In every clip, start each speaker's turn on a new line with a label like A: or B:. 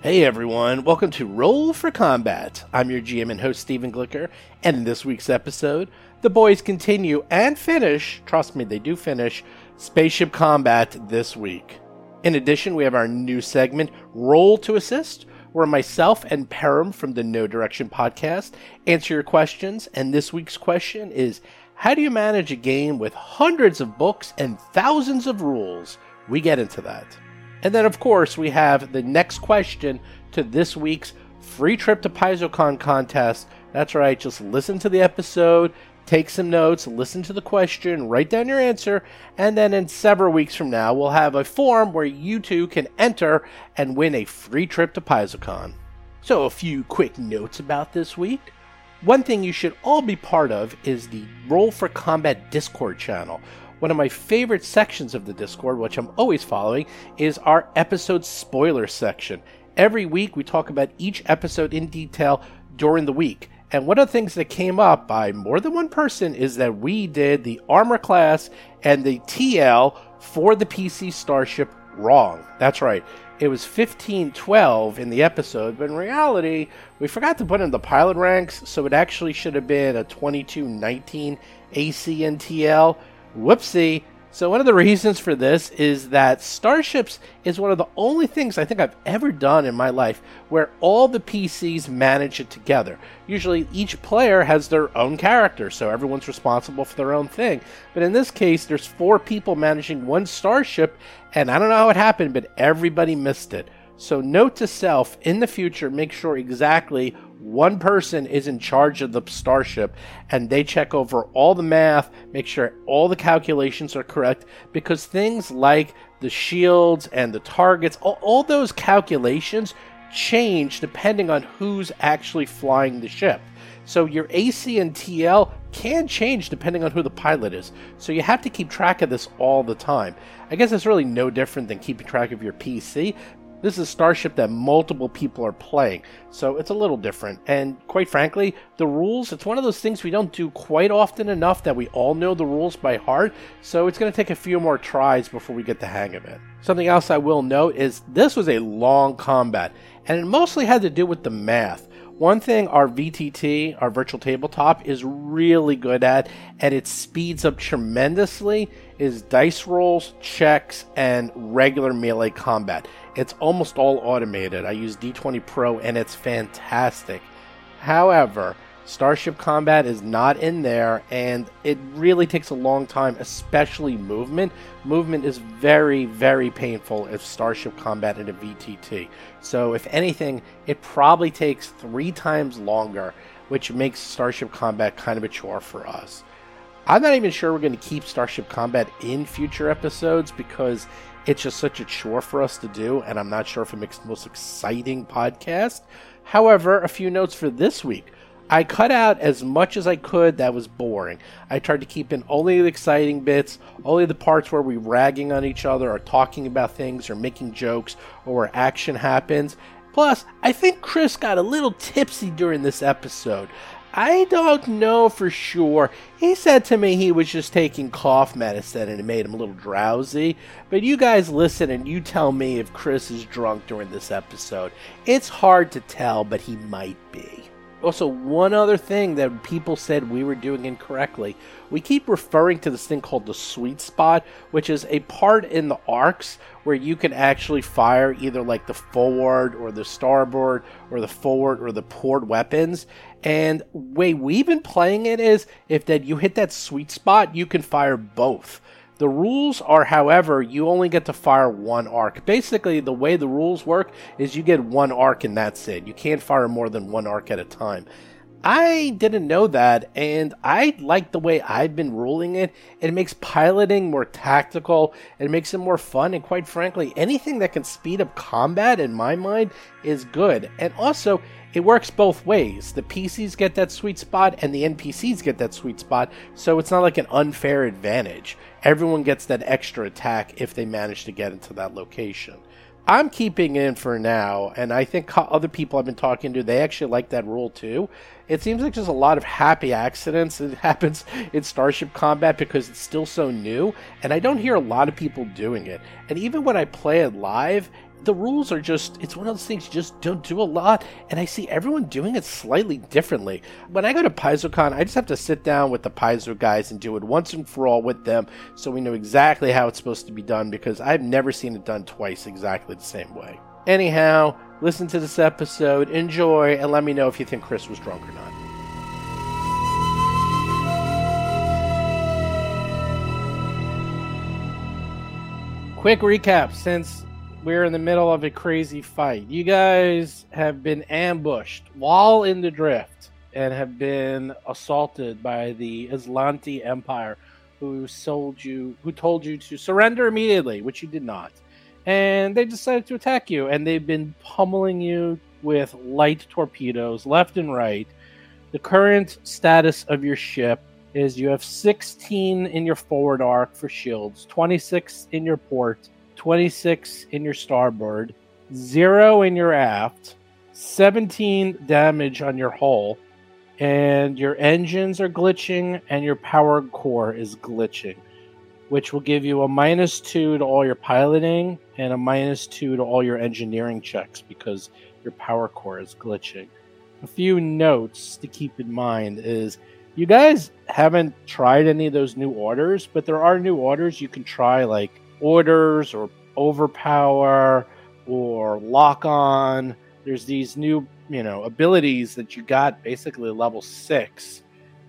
A: Hey everyone, welcome to Roll for Combat. I'm your GM and host, Stephen Glicker, and in this week's episode, the boys continue and finish, trust me, they do finish, Spaceship Combat this week. In addition, we have our new segment, Roll to Assist, where myself and Param from the No Direction podcast answer your questions, and this week's question is How do you manage a game with hundreds of books and thousands of rules? We get into that. And then, of course, we have the next question to this week's free trip to PaizoCon contest. That's right, just listen to the episode, take some notes, listen to the question, write down your answer, and then in several weeks from now, we'll have a form where you two can enter and win a free trip to PaizoCon. So, a few quick notes about this week. One thing you should all be part of is the Roll for Combat Discord channel. One of my favorite sections of the Discord, which I'm always following, is our episode spoiler section. Every week we talk about each episode in detail during the week. And one of the things that came up by more than one person is that we did the armor class and the TL for the PC Starship wrong. That's right. It was 1512 in the episode, but in reality, we forgot to put in the pilot ranks, so it actually should have been a 2219 AC and TL. Whoopsie. So, one of the reasons for this is that Starships is one of the only things I think I've ever done in my life where all the PCs manage it together. Usually, each player has their own character, so everyone's responsible for their own thing. But in this case, there's four people managing one Starship, and I don't know how it happened, but everybody missed it. So, note to self in the future, make sure exactly one person is in charge of the starship and they check over all the math, make sure all the calculations are correct because things like the shields and the targets, all, all those calculations change depending on who's actually flying the ship. So your AC and TL can change depending on who the pilot is. So you have to keep track of this all the time. I guess it's really no different than keeping track of your PC, this is a Starship that multiple people are playing, so it's a little different. And quite frankly, the rules, it's one of those things we don't do quite often enough that we all know the rules by heart, so it's going to take a few more tries before we get the hang of it. Something else I will note is this was a long combat, and it mostly had to do with the math. One thing our VTT, our virtual tabletop, is really good at, and it speeds up tremendously, is dice rolls, checks, and regular melee combat. It's almost all automated. I use D20 Pro, and it's fantastic. However, Starship Combat is not in there, and it really takes a long time, especially movement. Movement is very, very painful if Starship Combat in a VTT. So, if anything, it probably takes three times longer, which makes Starship Combat kind of a chore for us. I'm not even sure we're going to keep Starship Combat in future episodes because it's just such a chore for us to do, and I'm not sure if it makes the most exciting podcast. However, a few notes for this week. I cut out as much as I could that was boring. I tried to keep in only the exciting bits, only the parts where we're ragging on each other or talking about things or making jokes or where action happens. Plus, I think Chris got a little tipsy during this episode. I don't know for sure. He said to me he was just taking cough medicine and it made him a little drowsy. But you guys listen and you tell me if Chris is drunk during this episode. It's hard to tell, but he might be. Also, one other thing that people said we were doing incorrectly. We keep referring to this thing called the sweet spot, which is a part in the arcs where you can actually fire either like the forward or the starboard or the forward or the port weapons. And way we've been playing it is if that you hit that sweet spot, you can fire both. The rules are, however, you only get to fire one arc. Basically, the way the rules work is you get one arc and that's it. You can't fire more than one arc at a time. I didn't know that, and I like the way I've been ruling it. It makes piloting more tactical, it makes it more fun, and quite frankly, anything that can speed up combat in my mind is good. And also, it works both ways. The PCs get that sweet spot, and the NPCs get that sweet spot, so it's not like an unfair advantage. Everyone gets that extra attack if they manage to get into that location. I'm keeping in for now, and I think co- other people I've been talking to, they actually like that rule too. It seems like there's a lot of happy accidents that happens in Starship Combat because it's still so new, and I don't hear a lot of people doing it. And even when I play it live, the rules are just it's one of those things you just don't do a lot and i see everyone doing it slightly differently when i go to PaizoCon, i just have to sit down with the paizo guys and do it once and for all with them so we know exactly how it's supposed to be done because i've never seen it done twice exactly the same way anyhow listen to this episode enjoy and let me know if you think chris was drunk or not quick recap since we're in the middle of a crazy fight. You guys have been ambushed while in the drift and have been assaulted by the Islanti Empire, who sold you, who told you to surrender immediately, which you did not. And they decided to attack you, and they've been pummeling you with light torpedoes left and right. The current status of your ship is you have 16 in your forward arc for shields, 26 in your port, 26 in your starboard, 0 in your aft, 17 damage on your hull, and your engines are glitching and your power core is glitching, which will give you a minus 2 to all your piloting and a minus 2 to all your engineering checks because your power core is glitching. A few notes to keep in mind is you guys haven't tried any of those new orders, but there are new orders you can try like orders or overpower or lock on. There's these new, you know, abilities that you got basically level six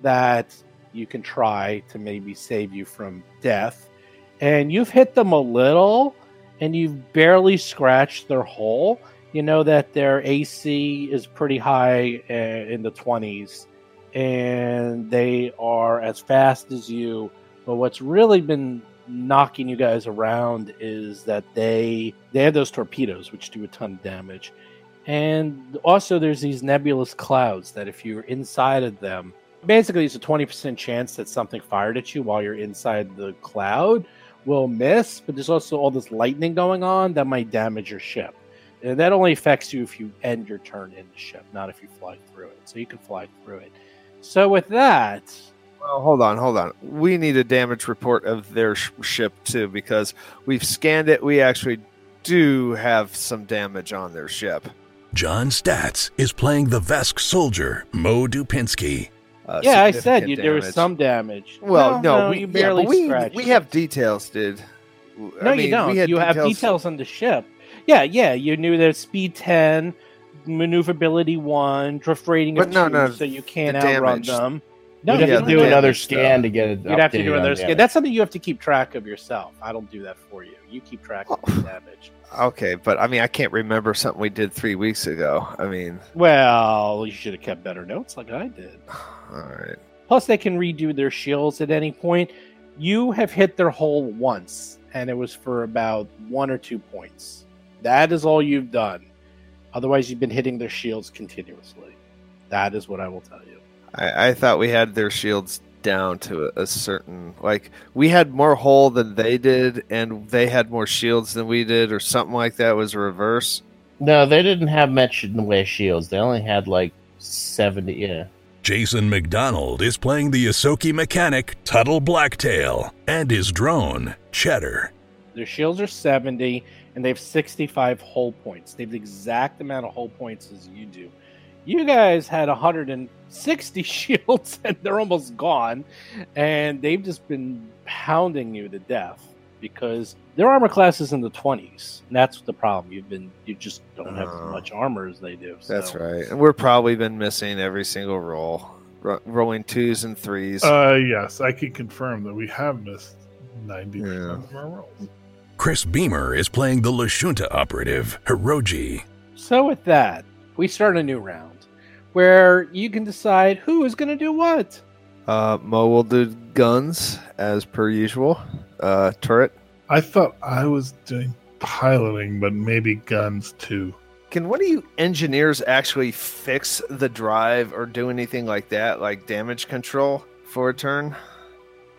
A: that you can try to maybe save you from death. And you've hit them a little and you've barely scratched their hull. You know that their AC is pretty high uh, in the 20s and they are as fast as you. But what's really been knocking you guys around is that they they have those torpedoes which do a ton of damage and also there's these nebulous clouds that if you're inside of them basically it's a 20% chance that something fired at you while you're inside the cloud will miss but there's also all this lightning going on that might damage your ship and that only affects you if you end your turn in the ship not if you fly through it so you can fly through it so with that
B: Well, hold on, hold on. We need a damage report of their sh- ship too, because we've scanned it. We actually do have some damage on their ship.
C: John Statz is playing the Vesk soldier, Mo Dupinsky.
B: Uh,
A: yeah i said
B: significant
A: you, there was
B: damage.
A: some damage
B: Well, no, we,
A: you
B: yeah,
A: barely
B: but we,
A: scratched
B: We
A: it.
B: have details, dude. No,
A: No, you don't. you have details on the ship. Yeah, yeah. You knew there's speed ten, maneuverability one, drift rating of
B: But no,
A: two,
B: no,
A: so you can't
B: the
A: outrun
B: damage.
A: them. No,
D: No,
B: We'd
D: you'd
A: you
D: have
B: yeah,
A: don't
D: to do
A: know
B: damage,
D: another
B: though.
D: scan to get it.
A: You'd have to
D: updated
A: do
D: on
A: another
D: the
A: scan.
D: other.
A: That's something you have to keep track of yourself. I don't do that for you. You keep track of
B: Oh.
A: the damage.
B: Okay, but I mean, I can't remember something we did three weeks ago. I mean,
A: Well, you should have kept better notes like I did.
B: all right.
A: Plus, they can redo their shields at any point. You have hit their hull once, and it was for about one or two points. That is all you've done. Otherwise, you've been hitting their shields continuously. That is what I will tell you.
B: I, I thought we had their shields down to a, a certain like we had more hull than they did, and they had more shields than we did, or something like that. Was reverse.
D: No, they didn't have much in the way of shields. They only had like seventy. Yeah,
C: Jason McDonald is playing the Yosoki mechanic, Tuttle Blacktail, and his drone, Cheddar.
A: Their shields are 70, and they have 65 hull points. They have the exact amount of hull points as you do. You guys had 160 shields and they're almost gone. And they've just been pounding you to death because their armor class is in the 20s. And that's the problem. You've been, you just don't have as
B: Oh.
A: much armor as they do. So.
B: That's right. And we're probably been missing every single roll, Ro- rolling twos and threes.
E: Uh, yes, I can confirm that we have missed 90%
B: Yeah.
E: of our rolls.
C: Chris Beamer is playing the Lashunta operative, Hiroji.
A: So with that, we start a new round where you can decide who is going to do what.
B: Uh, Mo will do guns as per usual. Uh, turret.
E: I thought I was doing piloting, but maybe guns too.
B: Can one of you engineers actually fix the drive or do anything like that, like damage control for a turn?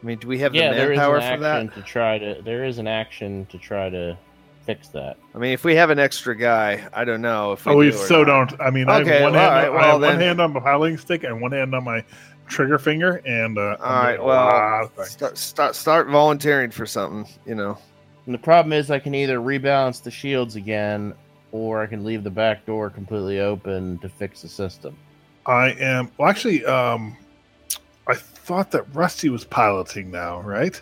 B: I mean, do we have
D: yeah,
B: the
D: there is an
B: manpower for
D: action
B: that?
D: to try to. There is an action to try to fix that.
B: I mean, if we have an extra guy, I don't know if we
E: oh, we
B: do or
E: so
B: not.
E: don't. I mean, I
B: Okay,
E: have, one,
B: well,
E: hand,
B: all right,
E: I
B: well,
E: have one
B: then-
E: hand on my piloting stick and one hand on my trigger finger, and uh, I'm
B: All right,
E: doing a lot
B: well,
E: of things.
B: start, start start volunteering for something, you know.
D: And the problem is, I can either rebalance the shields again, or I can leave the back door completely open to fix the system.
E: I am. Well, actually, um, I thought that Rusty was piloting now, right?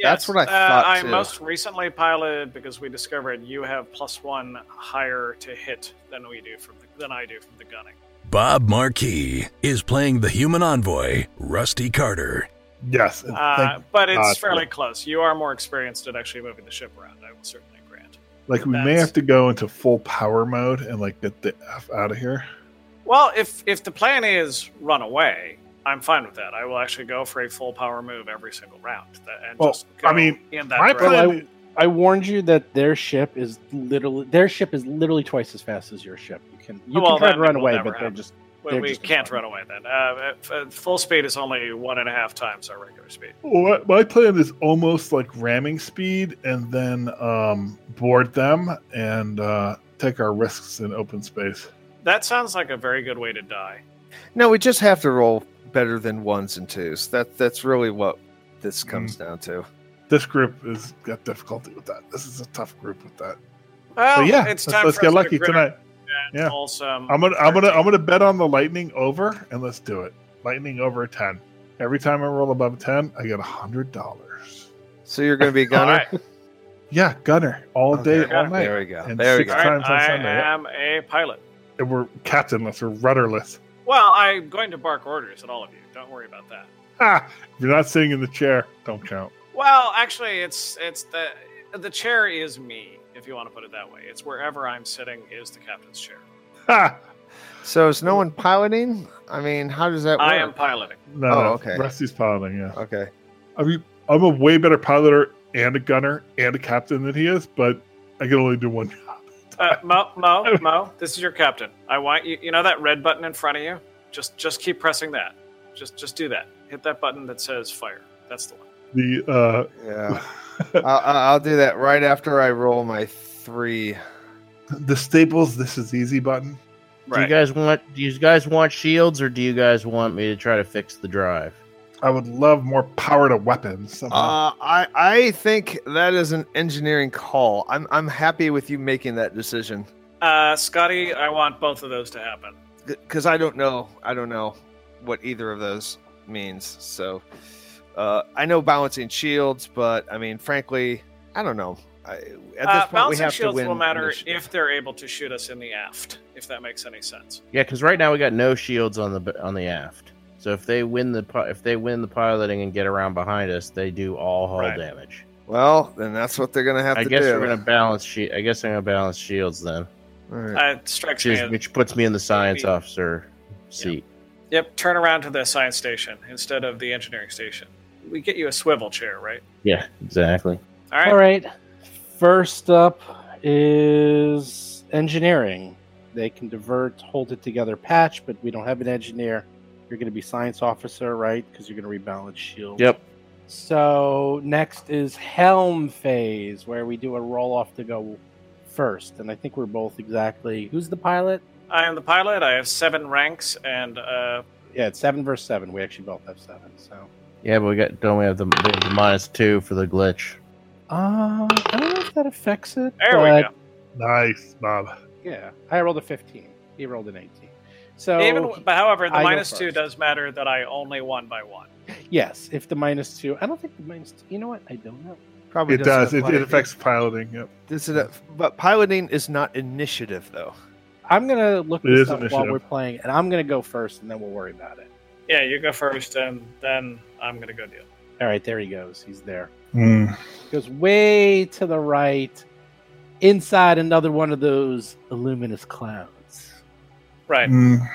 B: That's what I thought,
F: Uh, I
B: too.
F: most recently piloted because we discovered you have plus one higher to hit than we do from the, than I do from the gunning.
C: Bob Marquis is playing the human envoy, Rusty Carter.
E: Yes. and
F: Uh,
E: Oh, thank-
F: but it's
E: God.
F: fairly close. You are more experienced at actually moving the ship around. I will certainly grant.
E: like we may
F: that's-
E: have to go into full power mode and like get the f out of here.
F: Well, if if the plan is run away, I'm fine with that. I will actually go for a full power move every single round. That, and
E: Well,
F: just go
E: I mean,
F: in that
E: my
F: direction.
E: plan-
A: Well, I, I warned you that their ship is literally their ship is literally twice as fast as your ship. You can you
F: Well,
A: can try
F: that
A: to run
F: will
A: away,
F: never
A: but they're
F: happen.
A: just
F: we,
A: they're
F: we
A: just as
F: can't
A: fine.
F: run away then. Uh, at- at full speed is only one and a half times our regular speed.
E: Well, my plan is almost like ramming speed and then um, board them and uh, take our risks in open space.
F: That sounds like a very good way to die.
B: No, we just have to roll better than ones and twos. That that's really what this comes
E: Hmm.
B: down to.
E: This group has got difficulty with that. This is a tough group with that.
F: Well,
E: but yeah, let's,
F: it's time
E: let's
F: for
E: get
F: us
E: lucky
F: to grit
E: tonight.
F: our
E: yeah.
F: balls, um,
E: I'm gonna I'm gonna I'm gonna bet on the lightning over and let's do it. Lightning over a ten. Every time I roll above a ten, I get a hundred dollars.
B: So you're going to be a
F: All
B: gunner.
F: right,
E: Yeah, gunner all
B: Okay.
E: day, all night.
B: There we go.
E: And
B: there we
E: six
B: go.
F: all right.
E: times on
F: I
E: Sunday, yeah.
F: am a pilot.
E: And we're captainless or rudderless.
F: Well, I'm going to bark orders at all of you. Don't worry about that.
E: Ah, if you're not sitting in the chair, don't count.
F: Well, actually, it's it's the the chair is me, if you want to put it that way. It's wherever I'm sitting is the captain's chair.
E: Ha!
B: So is no one piloting? I mean, how does that work?
F: I am piloting.
E: No,
B: Oh,
E: no,
B: okay.
E: Rusty's piloting. Yeah,
B: okay.
E: I mean, I'm a way better piloter and a gunner and a captain than he is, but I can only do one job.
F: Uh, Mo, Mo, Mo, this is your captain. I want you. You know that red button in front of you? Just just keep pressing that. Just just do that. Hit that button that says fire. That's the one.
E: The
B: Yeah.
E: uh,
B: I'll, I'll I'll do that right after I roll my three.
E: the staples. This is easy button.
D: Do you guys want? Do you guys want shields, or do you guys want me to try to fix the drive?
E: I would love more power to weapons. somehow.
B: Uh, I I think that is an engineering call. I'm I'm happy with you making that decision
F: Uh, Scotty, I want both of those to happen.
B: because I don't know I don't know what either of those means. So uh, I know balancing shields, but I mean, frankly, I don't know. I, at this
F: Uh,
B: point, we
F: bouncing
B: have to
F: shields
B: win.
F: will matter
B: initiative.
F: if they're able to shoot us in the aft. If that makes any sense.
D: Yeah, because right now we got no shields on the on the aft. So if they win the pi- if they win the piloting and get around behind us, they do all hull
F: Right.
D: damage.
B: Well, then that's what they're gonna have
D: I
B: to
D: guess
B: do.
D: we're gonna balance. She- I guess I'm gonna balance shields then,
B: All right.
F: Uh, it strikes
D: which,
F: me.
D: is-
F: as-
D: which puts me in the science
F: Maybe.
D: officer seat.
F: Yep, turn around to the science station instead of the engineering station. We get you a swivel chair, right?
D: Yeah, exactly.
F: All right.
A: All right. First up is engineering. They can divert, hold it together, patch, but we don't have an engineer. You're going to be science officer, right? Because you're going to rebalance shield.
D: Yep.
A: So next is helm phase, where we do a roll off to go first, and I think we're both exactly. Who's the pilot?
F: I am the pilot. I have seven ranks, and uh,
A: Yeah, it's seven versus seven. We actually both have seven. So
D: Yeah, but we got don't we have the, we have the minus two for the glitch?
A: uh, I don't know if that affects it.
F: there we
A: but
F: go.
E: nice, Bob.
A: Yeah, I rolled a fifteen. He rolled an eighteen. So
F: Even, but however, the
A: I go
F: minus two
A: first.
F: does matter that I only won by one.
A: yes, if the minus two, I don't think the minus. Two, you know what? I don't know.
E: It
B: Probably
E: does. It,
B: apply.
E: it affects piloting. Yep.
B: Does it, but piloting is not initiative, though.
A: I'm gonna look
E: It
A: this
E: is
A: up while
E: initiative.
A: we're playing, and I'm gonna go first, and then we'll worry about it.
F: Yeah, you go first, and then I'm gonna go deal.
A: All right, there he goes. He's there.
E: Mm.
A: goes way to the right, inside another one of those luminous clouds.
F: Right.
E: Mm.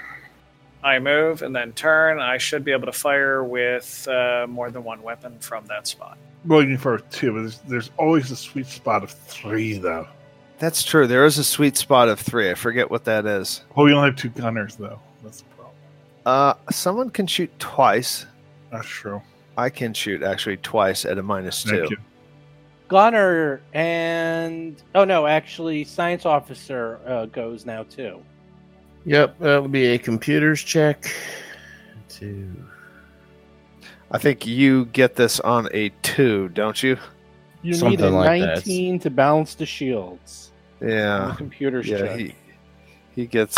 F: I move and then turn. I should be able to fire with uh, more than one weapon from that spot.
E: Well, you can for two, but there's, there's always a sweet spot of three, though.
B: That's true. There is a sweet spot of three. I forget what that is.
E: Well, we only have two gunners, though. That's the problem.
B: Uh, someone can shoot twice.
E: That's true.
B: I can shoot actually twice at a minus two.
E: Thank you.
A: Gunner and oh no, actually, science officer uh, goes now too.
D: Yep, that would be a computer's check. To
B: I think you get this on a two, don't you?
A: You need a
D: Something like that. Ah,
A: 19 to balance the shields. on
B: Yeah.
A: the computer's
B: Yeah.
A: check.
B: He he gets.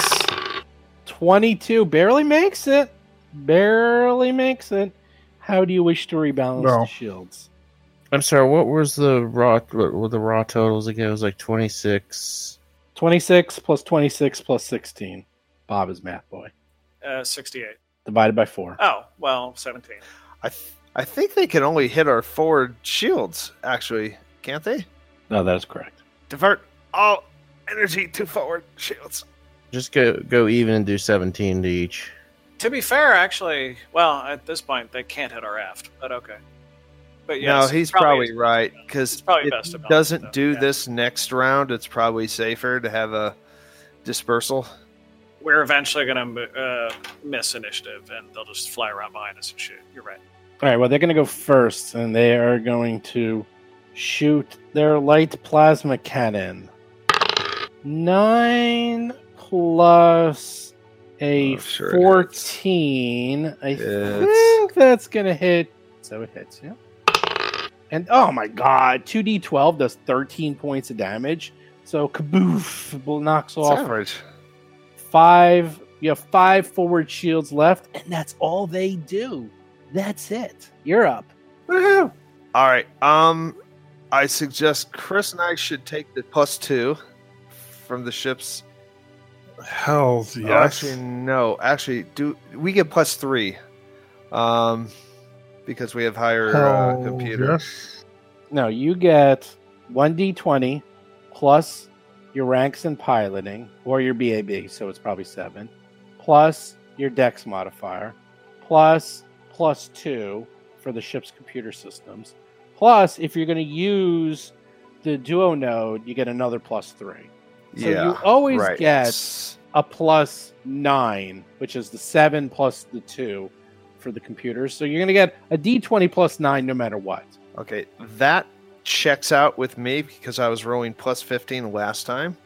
A: 22 barely makes it. Barely makes it. How do you wish to rebalance
E: No.
A: the shields?
D: I'm sorry, what was the raw what were the raw totals again? It was like twenty six
A: 26 plus 26 plus 16. Bob is math boy.
F: Uh, Sixty-eight.
A: Divided by 4.
F: Oh well, seventeen.
B: I th- I think they can only hit our forward shields. Actually, can't they?
A: No, that is correct.
B: Divert all energy to forward shields.
D: just go go even and do seventeen to each.
F: To be fair, actually, well, at this point they can't hit our aft, but okay. But yes,
B: no, he's probably,
F: it's-
B: right
F: It's
B: because
F: probably
B: if
F: best
B: he
F: to balance
B: doesn't
F: it,
B: do
F: yeah.
B: this next round, it's probably safer to have a dispersal.
F: We're eventually gonna uh, miss initiative, and they'll just fly around behind us and shoot. You're right.
A: All right, well, they're going to go first, and they are going to shoot their light plasma cannon. Nine plus a
B: Oh, sure it
A: 14. I
B: It's-
A: think that's going to hit. So it hits, yeah. And oh my god, 2d12 does 13 points of damage. So kaboof bl- knocks
B: It's
A: off
B: average.
A: five. You have five forward shields left, and that's all they do. That's it. You're up.
B: Woohoo! All right. Um, I suggest Chris and I should take the plus two from the ships.
E: Hells
B: Oh,
E: yes.
B: actually, no. Actually, do we get plus three? Um, because we have higher uh,
E: Hell
B: computer.
E: Yes.
A: No, you get one d20 plus your ranks in piloting or your BAB, so it's probably seven, plus your dex modifier, plus plus two for the ship's computer systems, plus if you're going to use the duo node, you get another plus three. So
B: yeah.
A: you always
B: right.
A: get a plus nine, which is the seven plus the two for the computers. So you're going to get a d20 plus nine no matter what.
B: Okay, that checks out with me because I was rolling plus 15 last time.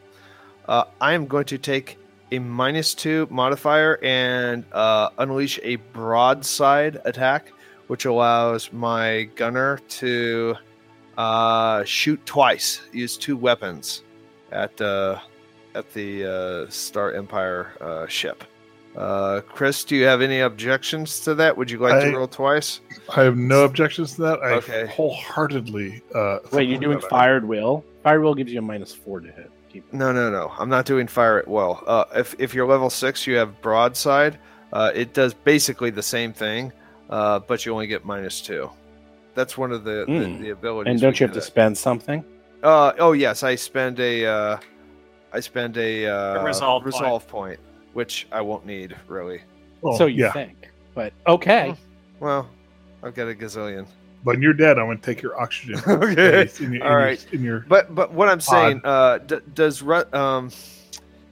B: Uh, I am going to take a minus two modifier and uh, unleash a broadside attack, which allows my gunner to uh, shoot twice, use two weapons at uh, at the uh, Star Empire uh, ship. Uh, Chris, do you have any objections to that? Would you like
E: I-
B: to roll twice?
E: I have no objections to that. I
B: Okay.
E: wholeheartedly. Uh,
A: Wait, you're
E: support
A: doing
E: that.
A: fired will. Fired will gives you a minus four to hit. Keep
B: No, no, no. I'm not doing fire at will. Uh, if if you're level six, you have broadside. Uh, it does basically the same thing, uh, but you only get minus two. That's one of the
A: Hmm.
B: the, the abilities.
A: and
B: we
A: don't you have to
B: get.
A: spend something?
B: Uh, oh yes, I spend a uh, I spend a, uh,
F: A resolve point.
B: resolve point. which I won't need really.
E: Oh,
A: so you
E: yeah.
A: think. But okay.
B: Mm-hmm. Well, I've got a gazillion.
E: When you're dead, I'm going to take your oxygen.
B: Okay.
E: It's in your,
B: All
E: in your-
B: right.
E: in your-
B: But but what I'm saying, uh, d- does Ru- um,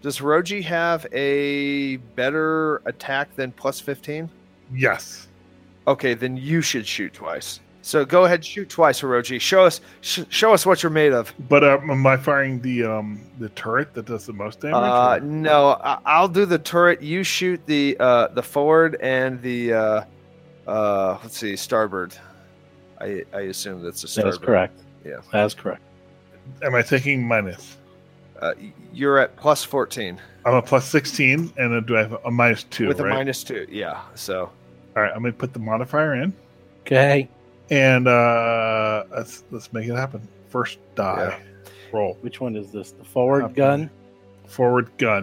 B: does Roji have a better attack than plus fifteen?
E: yes.
B: Okay, then you should shoot twice. So go ahead, shoot twice, Hiroji. Show us, sh- show us what you're made of.
E: But uh, am I firing the um the turret that does the most
B: Uh,
E: damage? or-
B: no, I- I'll do the turret. You shoot the uh, the forward and the uh, uh, let's see, starboard. I I assume that's a starboard.
A: correct.
B: Yeah.
A: That is correct.
E: Am I taking minus?
B: Uh, y- you're at plus 14
E: I'm a plus 16, and then do I have a minus two?
B: with
E: right?
B: a minus two. Yeah. So
E: All right, I'm going to put the modifier in,
A: Okay.
E: and uh, let's let's make it happen. First die, roll
A: Which one is this? The forward
E: Up.
A: gun.
E: forward gun.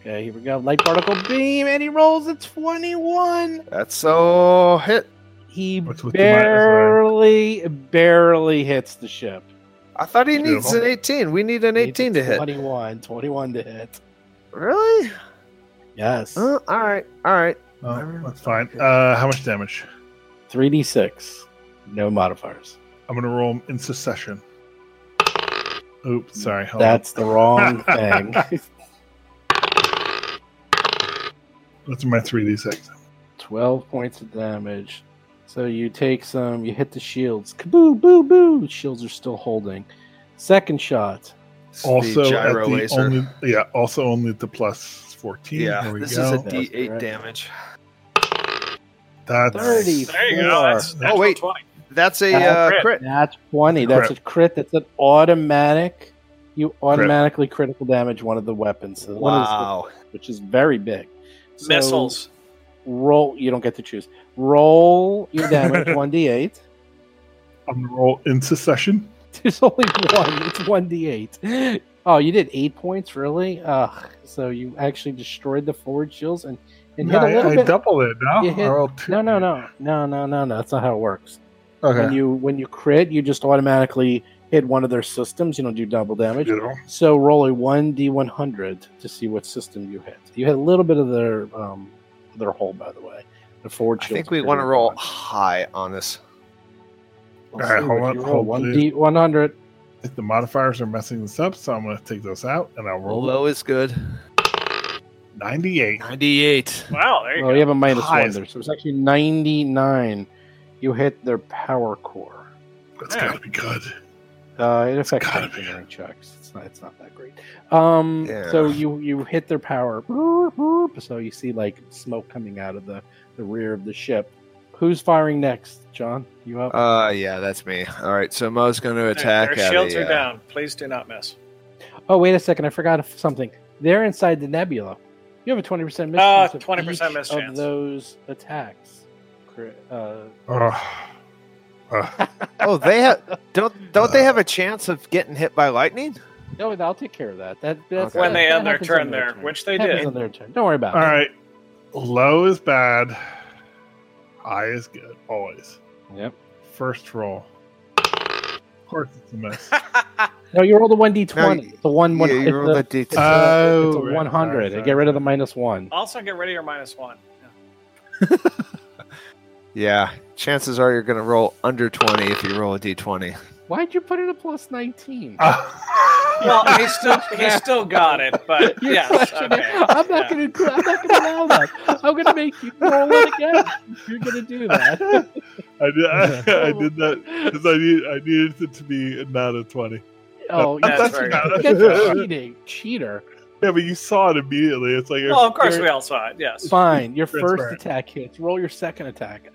A: Okay, here we go. Light particle beam, and he rolls a 21.
B: that's so hit.
A: He
E: What's with the minus there?
A: barely, barely hits the ship.
B: I thought he needs
E: Beautiful.
B: an 18. We need an 18 to hit.
A: 21, 21 to hit.
B: Really?
A: Yes.
B: Uh, all right. All right.
E: No, Oh, that's fine. Uh, how much damage?
A: 3d6. No modifiers.
E: I'm going to roll in succession.
B: Mm,
E: Oops, sorry. hold on.
A: That's the wrong thing.
E: That's my 3d6.
A: 12 points of damage. So you take some, you hit the shields. Kaboo, boo, boo. Shields are still holding. Second shot.
B: It's the
E: Also, at
B: gyro
E: the
B: laser.
E: only yeah, also only at the plus 14.
B: yeah,
E: There we
B: this is
E: go.
B: a
A: That's
B: D8
A: correct.
B: damage.
E: That's
A: 30.
F: There you go. That's
E: Oh,
F: natural
B: wait.
F: 20.
B: That's a
A: That's
B: uh,
F: crit.
B: crit.
A: That's 20. That's a crit. That's an automatic. You automatically critical damage one of the weapons. So one is-
B: Wow.
A: which is very big. So
F: Missiles.
A: Roll. You don't get to choose. Roll your damage 1d8.
E: I'm going to roll in succession.
A: There's only one. It's 1d8. Oh, you did eight points, really? Ugh. So you actually destroyed the forward shields and, and
E: No,
A: hit a little
E: I, I
A: bit.
E: doubled it. No,
A: You hit-
E: I rolled two.
A: No, no, no, no, no, no, no. That's not how it works. When
E: Okay.
A: you when you crit, you just automatically hit one of their systems. You don't do double damage.
E: Beautiful.
A: So roll a one d one hundred to see what system you hit. You hit a little bit of their um their hole, by the way. The forward.
B: I
A: shields
B: think
A: are
B: we want to
A: pretty
B: roll
A: good.
B: high on this.
A: We'll
E: All right,
A: see
E: hold
A: if
E: on,
A: you
E: hold,
A: one
E: please.
A: d one hundred.
E: If the modifiers are messing this up, so I'm going to take those out and I'll roll
B: Low is good.
E: 98.
B: 98.
F: Wow, there you
A: Oh, you have a minus
E: High
A: one
E: as-
A: there, so it's actually ninety nine. You hit their power core.
E: That's
F: Yeah.
E: got to be good.
A: Uh, it affects
E: gotta be
A: engineering checks. It's not. It's not that great. Um,
B: Yeah.
A: so you you hit their power. Boop, boop. So you see like smoke coming out of the the rear of the ship. Who's firing next, John? You up?
B: Uh, yeah, that's me. All right, so Mo's going to
F: go.
B: attack.
F: Their
B: at
F: shields
B: a,
F: are
B: uh,
F: down. Please do not miss.
A: oh, wait a second. I forgot of something. They're inside the nebula. You have a twenty percent miss.
F: Uh,
A: chance of
F: 20%
A: each
F: miss
A: of
F: chance.
A: those attacks. Cri- Uh,
E: Ugh. Ugh.
B: Oh, they have don't don't they have a chance of getting hit by lightning?
A: no, I'll take care of that. That that's
B: Okay. When
A: that-
F: they
A: that
F: end their
A: happens
F: turn
A: on
F: there, which they
A: Happens
F: did.
A: on their turn. Don't worry about
E: All
A: it.
E: right. Low is bad. High is good, always.
A: Yep.
E: First roll. Of course, it's a miss.
A: No, you roll the one d twenty. The one Uh, one.
B: Yeah,
A: it's
B: you
A: the-
B: rolled a D10.
A: It's a, it's a
E: Oh, right.
A: 100.
E: Sorry,
A: Get rid of the
E: sorry.
A: minus one.
F: Also, get rid of your minus one.
B: yeah, chances are you're going to roll under 20 if you roll a d20.
A: Why'd you put in a plus 19?
E: Ah.
F: Well, he still he still got it, but
A: You're
F: yes,
A: questioning-
F: okay.
A: I'm not
F: Yeah.
A: going to. I'm not going to allow that. I'm going to make you roll it again. You're going to do that.
E: I did, I, I did that because I, need, I needed it to be not a 20.
A: Oh,
F: That's
A: that's,
F: very
A: that's,
E: good.
A: cheating, cheater.
E: Yeah, but you saw it immediately. It's like,
F: Well, of course
E: you're-
F: we all saw it. Yes.
A: Fine. Your
E: That's
A: first
E: right.
A: attack hits. Roll your second attack.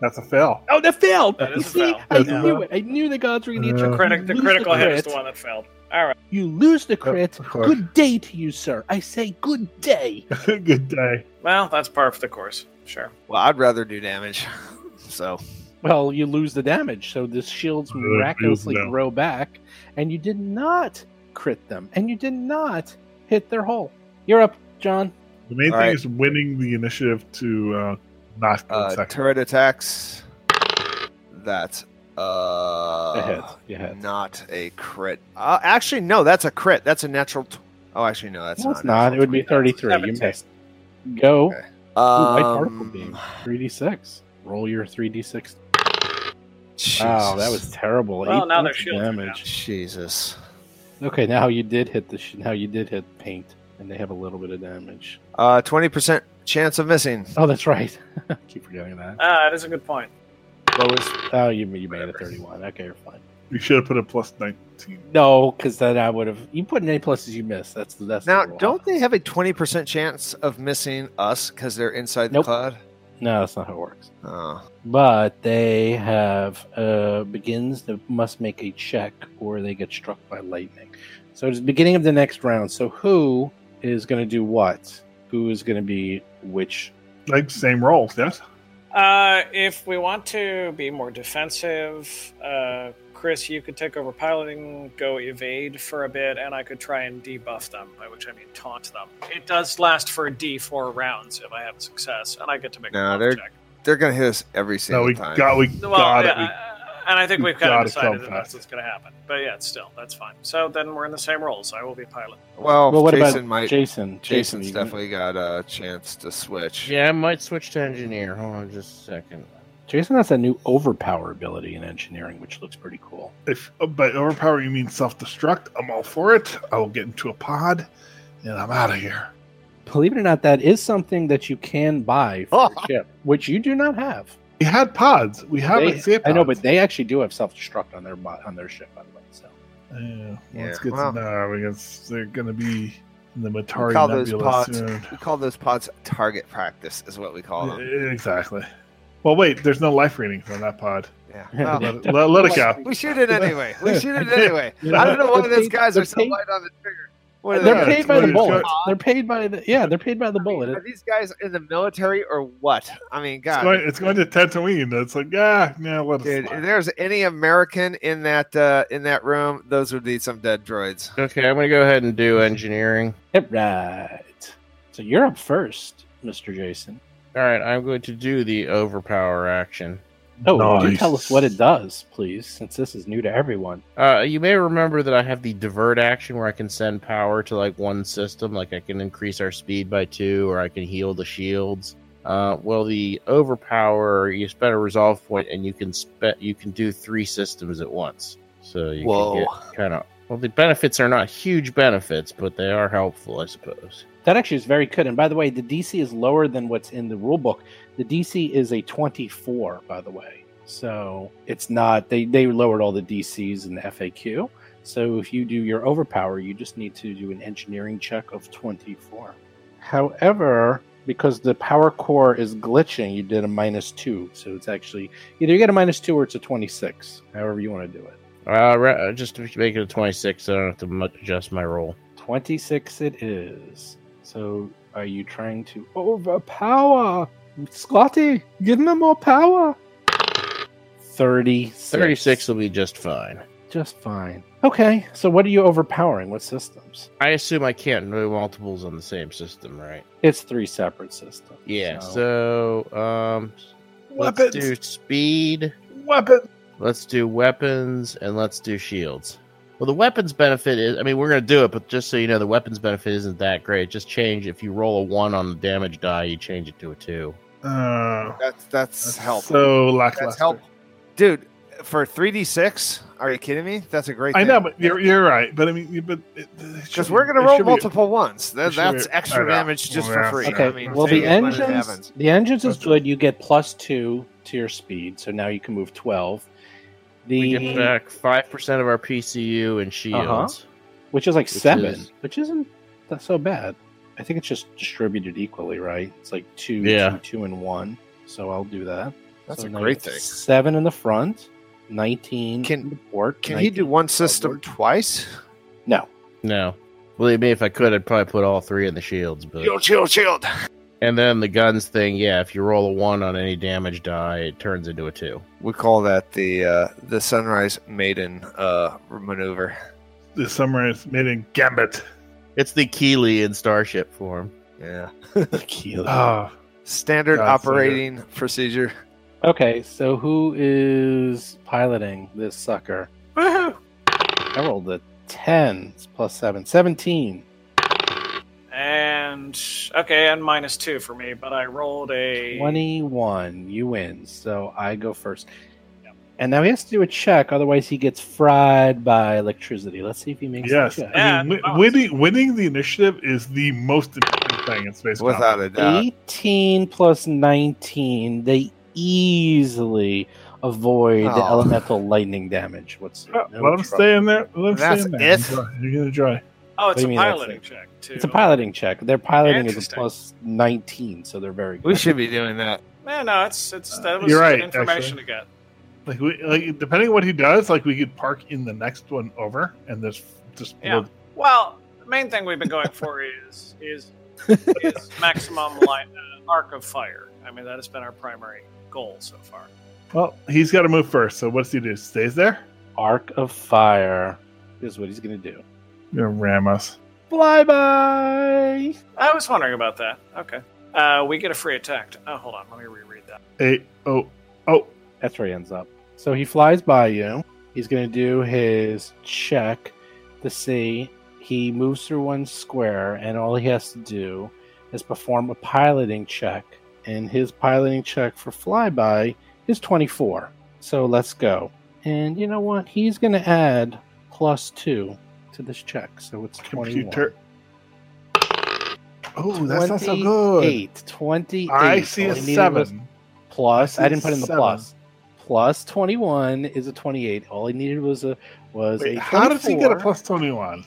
E: that's a fail.
A: Oh, that failed.
F: That
A: you
F: is a
A: see,
F: foul.
A: I
E: That's a
A: knew
E: foul.
A: it. I knew the gods were going to
E: Yeah.
A: get your
F: Critic, the
A: You lose
F: critical hit is
A: crit.
F: the one that failed. All right.
A: You lose the crit.
E: of course.
A: Good day to you, sir. I say good day.
E: Good day.
F: Well, that's par for the course. Sure.
B: Well, I'd rather do damage. So,
A: Well, you lose the damage, so the shields
E: Uh, shields
A: miraculously
E: down.
A: grow back, and you did not crit them, and you did not hit their hole. You're up, John.
E: The main
B: All
E: thing
B: right.
E: is winning the initiative to uh, not go
B: uh,
E: second.
B: turret attacks. That's uh,
A: You
B: not a crit. Uh, actually, no, that's a crit. That's a natural. T- oh, actually, no, that's
A: No, it's
B: not.
A: not. It would be 33. You
F: Seventeen.
A: missed. Go.
B: Okay.
A: Ooh, white particle beam.
B: Um,
A: 3d6. Roll your 3d6.
B: Jesus.
A: Wow, that was terrible.
F: Well,
A: Eight
F: now their
A: points of
F: shields are
A: damage.
B: Jesus.
A: Okay, now you did hit the. Sh- now you did hit paint, and they have a little bit of damage.
B: Uh, twenty percent chance of missing.
A: Oh, that's right. Keep forgetting that.
F: Ah, that is a good point.
A: Lowest. Oh, you, you made a
B: Whatever.
A: 31. Okay, you're fine.
E: You should have put a plus 19.
A: No, because then I would have. You put in any pluses, you miss. That's the that's the
B: Now,
A: rule.
B: don't they have a twenty percent chance of missing us because they're inside the
A: Nope.
B: cloud?
A: No, that's not how it works.
B: Oh,
A: But they have uh, begins that must make a check or they get struck by lightning. So it's the beginning of the next round. So who is going to do what? Who is going to be which?
E: Like same roles, yes.
F: Uh, if we want to be more defensive, uh, Chris, you could take over piloting, go evade for a bit, and I could try and debuff them, by which I mean taunt them. It does last for D4 rounds if I have success, and I get to make
B: Nah,
F: a
B: they're-
F: bluff check.
B: They're gonna hit us every
E: No,
B: single
E: we
B: time.
E: got we
F: Well,
E: got
F: yeah,
E: it.
F: I- and I think
E: we
F: we've kind of
E: gotta
F: decided
E: come
F: that that's
E: fast.
F: what's going to happen. But yeah, it's still, that's fine. So then we're in the same roles. I will be pilot.
B: well,
A: well, what
B: Jason
A: about
B: might.
A: Jason?
B: Jason's
A: you-
B: definitely got a chance to switch.
D: Yeah, I might switch to engineer. Hold on just a second.
A: Jason has a new overpower ability in engineering, which looks pretty cool.
E: If uh, by overpower you mean self-destruct, I'm all for it. I will get into a pod, and I'm out of here.
A: Believe it or not, that is something that you can buy for a ship, which you do not have.
E: We had pods. We have
A: They-
E: escape
A: I know, but
E: pods.
A: they actually do have self destruct on their bo- on their ship, by the way. So
E: yeah,
B: Yeah,
E: let's get
B: well-
E: to know because they're gonna be in the Matari
B: We call those
E: Nebula
B: pods-
E: soon.
B: We call those pods target practice, is what we call them.
E: Yeah, e-, exactly. Well, wait. There's no life readings on that pod.
B: Yeah.
A: Yeah.
B: Well,
E: Let, it- let- let it go.
B: we shoot it anyway. We shoot it
E: I did.
B: anyway. I don't know why
A: They're
B: those
A: paid-
B: guys
A: they're
B: are so
A: paid-
B: light on the trigger. What are
A: they're
E: Yeah,
B: they?
A: paid by
E: it's
A: the
E: what
A: bullet.
E: it's
A: They're paid by the yeah. They're paid by the bullet.
B: Are these guys in the military or what? I mean,
E: It's
B: God,
E: going, it's going to Tatooine. It's like, yeah, yeah, let us.
B: dude. If
E: slide.
B: there's any American in that uh, in that room, those would be some dead droids.
D: Okay, I'm gonna go ahead and do engineering.
A: Yep, right. So you're up first, Mister Jason.
D: All right, I'm going to do the overpower action.
A: Oh, do
E: Nice.
A: tell us what it does, please, since this is new to everyone.
D: Uh, you may remember that I have the divert action where I can send power to like one system, like I can increase our speed by two, or I can heal the shields. Uh, well, the overpower, you spend a resolve point, and you can spe- you can do three systems at once. So you
B: Whoa.
D: can get kind of well. The benefits are not huge benefits, but they are helpful, I suppose.
A: That actually is very good. And by the way, the DC is lower than what's in the rule book. The DC is a 24, by the way. So it's not, they, they lowered all the DCs in the FAQ. So if you do your overpower, you just need to do an engineering check of 24. However, because the power core is glitching, you did a minus two. So it's actually either you get a minus two or it's a 26, however you want to do it.
D: Uh, ra- uh, just to make it a twenty-six, so I don't have to mu- adjust my roll.
A: 26 it is. So are you trying to overpower Scotty? Give him more power. 36.
D: Thirty-six will be just fine.
A: Just fine. Okay, so what are you overpowering? What systems?
D: I assume I can't do multiples on the same system, right?
A: It's three separate systems.
D: Yeah.
A: So,
D: So, um,
E: Weapons.
D: let's do speed.
E: Weapon.
D: Let's do weapons, and let's do shields. Well, the weapons benefit is—I mean, we're going to do it, but just so you know, the weapons benefit isn't that great. Just change if you roll a one on the damage die, you change it to a two.
E: Uh,
B: That's that's,
E: that's
B: help.
E: So lackluster.
B: that's help, dude. For three d six, are you kidding me? That's a great.
E: I
B: thing.
E: know, but you're, you're right. But I mean, you- but because
B: because we're gonna roll multiple ones. That-
E: it should
B: that's
E: be-
B: extra
E: I know.
B: damage just for
E: Yeah.
B: free.
A: okay.
B: I mean,
A: well,
B: take
A: the
B: it when it
A: engines,
B: happens.
A: the engines is
E: That's
A: good. You get plus two to your speed, so now you can move twelve.
D: We get
A: The
D: back five percent of our PCU and shields.
A: which is like
D: Which
A: seven,
D: is-
A: which isn't that's so bad. I think it's just distributed equally, right? It's like two,
D: Yeah.
A: two, two, and one. So I'll do that.
B: That's
A: So
B: a
A: now
B: great
A: you have
B: thing.
A: Seven in the front, nineteen.
B: Can-
A: in the port,
B: Can he
A: 19
B: do one system twice?
A: No,
D: No. Believe me, if I could, I'd probably put all three in the shields. But
B: Shield, shield, shield.
D: and then the guns thing, yeah. If you roll a one on any damage die, it turns into a two.
B: We call that the uh, the Sunrise Maiden uh, maneuver.
E: The summer is made in Gambit.
D: It's the Keeley in Starship form.
B: Yeah,
A: Keely.
B: Uh,
E: Ah,
B: standard
E: God, it's so good.
B: operating procedure.
A: okay, so who is piloting this sucker?
F: Woohoo!
A: I rolled a ten it's plus seven. Seventeen.
F: And okay, and minus two for me, but I rolled a
A: 21 you win so i go first and now he has to do a check otherwise he gets fried by electricity let's see if he makes the
E: yes.
A: check.
E: I mean,
F: Yeah.
E: wi- winning winning the initiative is the most important thing in space.
B: Without a doubt,
A: 18 plus 19 they easily avoid the
B: Oh.
A: elemental lightning damage what's
E: combat. Yeah, let him stay in there. Let him
B: That's
E: stay in there.
B: it.
E: Enjoy. You're gonna enjoy.
F: Oh,
A: What
F: it's a
A: do you mean that's
F: piloting
A: it?
F: check too.
A: it's a piloting check their piloting is a
F: Interesting.
A: plus 19 so they're very good
B: we should be doing that.
F: Man, no, it's it's
A: Uh,
F: that was
E: You're right,
F: good information to get.
E: Like, we, like depending on what he does, like we could park in the next one over and just just
F: Yeah.
E: we'll
F: Well, the main thing we've been going for is is is maximum light, uh, arc of fire. I mean, that has been our primary goal so far.
E: Well, he's got to move first. So what's he do? Stays there?
A: Arc of fire is what he's going to do.
E: You're gonna ram us.
A: Fly by.
F: I was wondering about that. Okay. Uh, we get a free attack. Oh, hold on. Let me reread that.
E: Eight. Oh, oh.
A: That's where he ends up. So he flies by you. He's going to do his check to see. He moves through one square, and all he has to do is perform a piloting check. And his piloting check for flyby is 24. So let's go. And you know what? He's going to add plus two to this check. So it's 21.
E: Computer. Oh, that's not so good.
A: 28, 28.
E: I see
A: All
E: a
A: he needed was
E: seven.
A: plus.
E: I
A: I
E: see
A: didn't put in the
E: seven.
A: plus. Plus twenty one is a twenty eight. All he needed was a was
E: Wait,
A: a.
E: how does he get a plus twenty-one?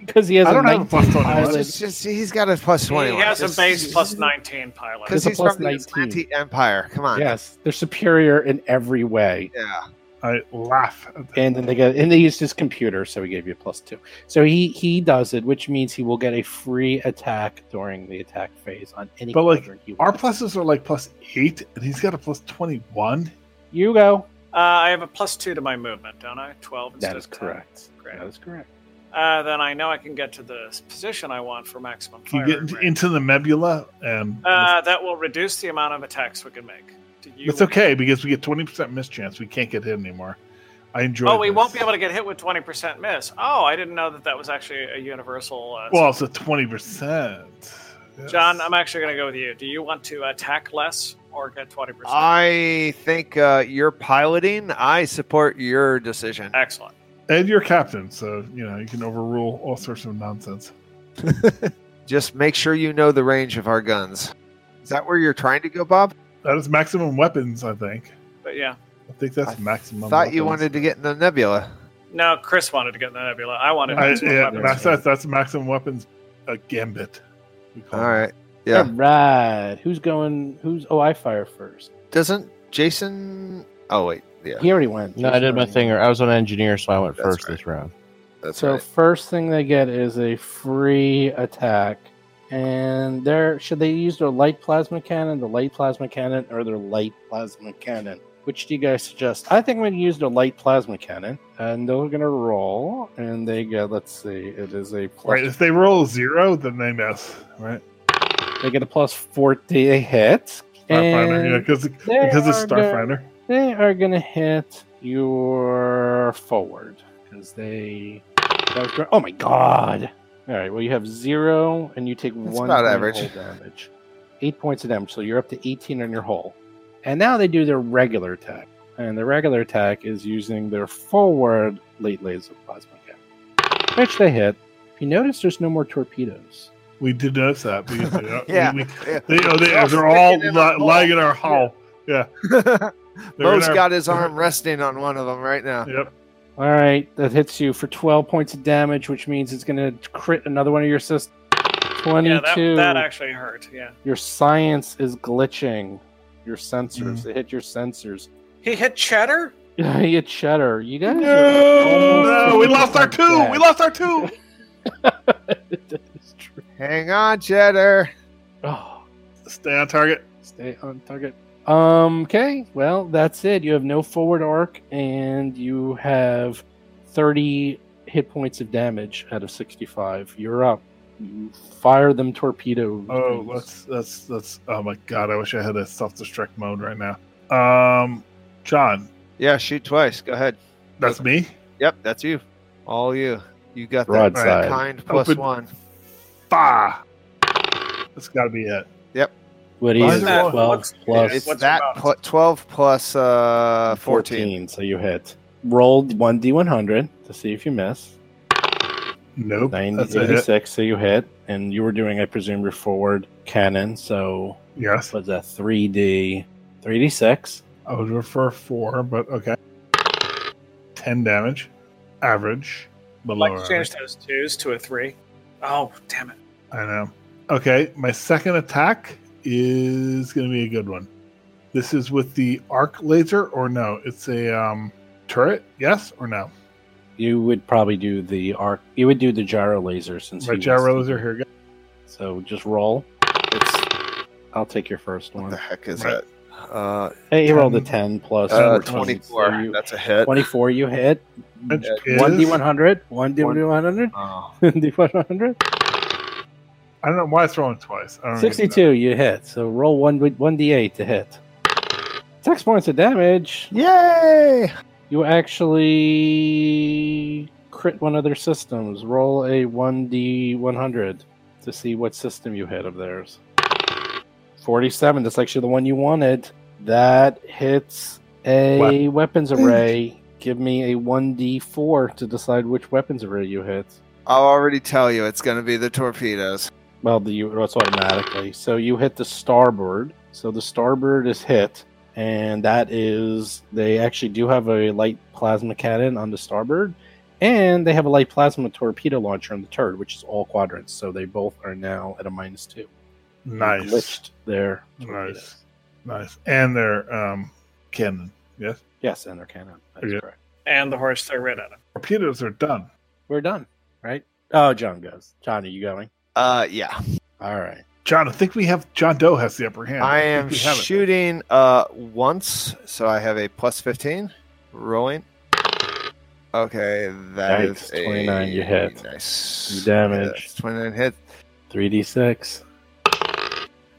A: Because he has
E: I
A: a
E: don't have a plus
A: 19
E: 21.
A: pilot.
B: It's just, he's got a plus
F: He
B: 21.
F: has a
B: Just-
F: base plus 19 pilot.
B: Because
A: It's a
B: he's
A: plus
B: from the
A: 19.
B: Aslanti Empire. Come on.
A: Yes, they're superior in every way.
B: Yeah.
E: I laugh. At that.
A: And then they get and they used his computer, so he gave you a plus two. So he he does it, which means he will get a free attack during the attack phase on any.
E: But, like,
A: quadrant he
E: Our
A: wants.
E: pluses are like plus eight, and he's got a plus twenty-one.
A: you go.
F: Uh, I have a plus two to my movement, don't I? 12 instead
A: That is
F: of 10.
A: correct.
F: Great.
A: That is correct.
F: Uh, then I know I can get to the s- position I want for maximum
E: You
F: fire.
E: get
F: rate.
E: into the nebula, and
F: uh, that will reduce the amount of attacks we can make. Do you-
E: it's okay because we get twenty percent miss chance. We can't get hit anymore. I enjoy.
F: Oh, we
E: this.
F: won't be able to get hit with 20% miss. Oh, I didn't know that that was actually a universal. Uh,
E: Well, it's a twenty percent.
F: John, I'm actually going to go with you. Do you want to attack less or get 20%?
B: I think uh, you're piloting. I support your decision.
F: Excellent.
E: and you're captain, so you know you can overrule all sorts of nonsense.
B: Just make sure you know the range of our guns. Is that where you're trying to go, Bob?
E: That is maximum weapons, I think.
F: But yeah.
E: I think that's
B: I
E: maximum.
B: Thought you
E: weapons.
B: wanted to get in the nebula.
F: No, Chris wanted to get in the nebula. I wanted
E: I,
F: maximum
E: yeah,
F: weapons.
E: that's, that's that's maximum weapons uh, gambit. we call
B: All
E: it.
B: right. Yeah.
A: All right. Who's going? Who's? Oh, I fire first.
B: Doesn't Jason? Oh wait. Yeah.
A: He already went.
D: No, I did my thing. I was an engineer, so I went
B: That's
D: first
B: right.
D: this round.
B: That's
A: So
B: right.
A: first thing they get is a free attack, and there should they use their light plasma cannon, the light plasma cannon, or their light plasma cannon? Which do you guys suggest? I think I'm going to use the light plasma cannon, and they're going to roll, and they get. Let's see, it is a plus.
E: Right. If they roll a zero, then they miss. Right.
A: They get a plus forty. They hit.
E: Starfinder. Yeah,
A: and
E: because
A: they
E: because it's
A: are go-
E: Starfinder.
A: They are gonna hit your forward because they. that was gr- Oh my god! All right, well you have zero and you take
B: That's
A: one
B: about
A: point of
B: average.
A: hull damage, eight points of damage, so you're up to eighteen on your hole. And now they do their regular attack, and the regular attack is using their forward late laser plasma cannon, which they hit. If you notice, there's no more torpedoes.
E: We did notice that. Because they, uh,
B: Yeah.
E: we-
B: Yeah.
E: they, oh, they,
B: They're
E: they're all
B: sticking in
E: li-
B: our hole.
E: lying in our hull. Yeah. They're in
B: Mo's
E: our-
B: got his arm resting on one of them right now.
E: Yep.
A: All right, that hits you for 12 points of damage, which means it's going to crit another one of your systems. 22.
F: Yeah, that, that actually hurt. Yeah.
A: your science is glitching. Your sensors. They hit your sensors.
F: He hit cheddar?
A: you cheddar. You guys.
E: No, we lost our two. We lost our two.
A: that is true.
B: Hang on, Cheddar.
A: Oh,
E: Stay on target.
A: stay on target. Um. Okay. Well, that's it. You have no forward arc, and you have 30 hit points of damage out of 65. You're up. You fire them torpedoes.
E: Oh, let's that's that's. Oh my god! I wish I had a self destruct mode right now. Um, John,
B: Yeah, shoot twice. Go ahead.
E: that's me.
B: Yep, that's you. All you. You got that
E: Broadside.
B: kind plus
E: Open-
B: one.
E: Bah. That's got to be it.
A: What
E: Why
A: is
E: is
A: it?
E: it one?
A: 12
F: What's-
A: plus
B: It's
F: What's
B: that
F: your
B: pl- twelve plus uh, fourteen.
A: So you hit. Rolled 1d100 to see if you miss.
E: Nope. That's a hit.
A: 986, so you hit. And you were doing, I presume, your forward cannon. So
E: Yes.
A: was that 3d? 3d6.
E: I would prefer four, but okay. Ten damage, average, below.
F: Like to
E: average.
F: change those twos to a three. Oh, damn it.
E: I know. Okay, my second attack is going to be a good one. This is with the arc laser, or no? It's a um, turret. Yes or no?
A: You would probably do the arc. You would do the gyro laser since
E: My
A: he was-
E: gyros are here.
A: So just roll.
B: It's,
A: I'll take your first
B: what
A: one.
B: the heck is
E: Right.
B: that? Uh,
A: Hey, you rolled a ten plus
B: uh,
E: Number
B: 24.
A: You-
B: That's a hit.
A: Twenty-four. You hit.
E: Which is-
A: One d one hundred. One d one hundred.
B: Oh,
A: One d one hundred.
E: I don't know why it's rolling twice. I don't even know.
A: Sixty-two. You hit. So roll one one d eight to hit. Six points of damage.
B: Yay!
A: You actually crit one of their systems. Roll a 1d100 to see what system you hit of theirs. 47, that's actually the one you wanted. That hits a weapons array. Give me a 1d4 to decide which weapons array you hit.
B: I'll already tell you it's going to be the torpedoes.
A: Well, the, you- that's automatically. So you hit the starboard. So the starboard is hit, and that is they actually do have a light plasma cannon on the starboard, and they have a light plasma torpedo launcher on the turret, which is all quadrants. So they both are now at a minus two. They
E: Nice.
A: glitched their torpedo.
E: Nice. Nice. And their um, cannon. Yes.
A: Yes, and their cannon. That's
E: Yeah.
A: correct.
F: and the horse they're rid of.
E: Torpedoes are done.
A: We're done, right? Oh, John goes. John, are you going?
B: Uh, yeah.
A: All right.
E: John, I think we have John Doe has the upper hand.
B: I
E: think
B: am
E: we have it.
B: shooting uh once, so I have a plus fifteen rolling. Okay, that is
A: Yikes, 29
B: a
A: you hit.
B: Nice
A: You damage.
B: Yeah, that's Twenty-nine hit.
A: 3d6.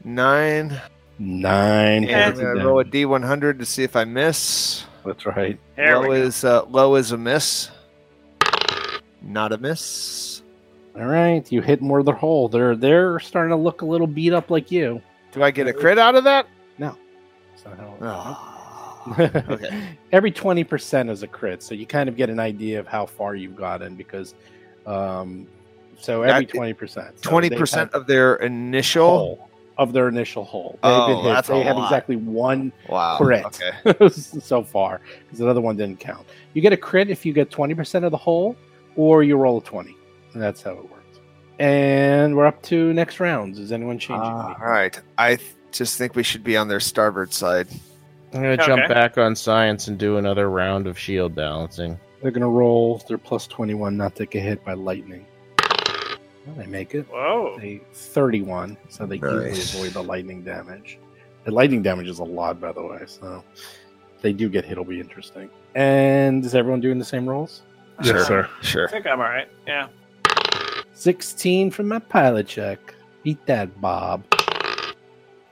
B: Nine.
A: Nine.
B: And I'm
A: points of
B: gonna roll a
A: damage.
B: D one hundred to see if I miss.
A: That's right.
F: There we
B: low
F: go.
B: is uh, low is a miss. Not a miss.
A: All right, you hit more of their hole. They're they're starting to look a little beat up like you.
B: Do I get a crit out of that?
A: That's not how it
B: Oh.
A: works.
B: okay.
A: Every twenty percent is a crit, so you kind of get an idea of how far you've gotten because, um, so every
B: That-
A: twenty percent,
B: Twenty percent of their initial.
A: hole of their initial hole. They've
B: Oh,
A: been hit.
B: that's a
A: They have
B: lot.
A: exactly one
B: Wow.
A: crit
B: Okay.
A: so far because another one didn't count. You get a crit if you get 20% of the hole or you roll a 20. And that's how it works. And we're up to next rounds. Is anyone changing?
B: All
A: anything?
B: right. I th- just think we should be on their starboard side.
D: I'm gonna
F: Okay.
D: jump back on science and do another round of shield balancing.
A: They're going to roll their plus 21, not take a hit by lightning. Well, they make it.
F: Whoa.
A: They 31, so they
B: Nice.
A: easily avoid the lightning damage. The lightning damage is a lot, by the way, so if they do get hit, it'll be interesting. And is everyone doing the same rolls?
E: Yes,
F: Sure.
E: sir.
F: I
B: Sure.
F: think I'm all right. Yeah.
A: 16 from my pilot check. Beat that, Bob.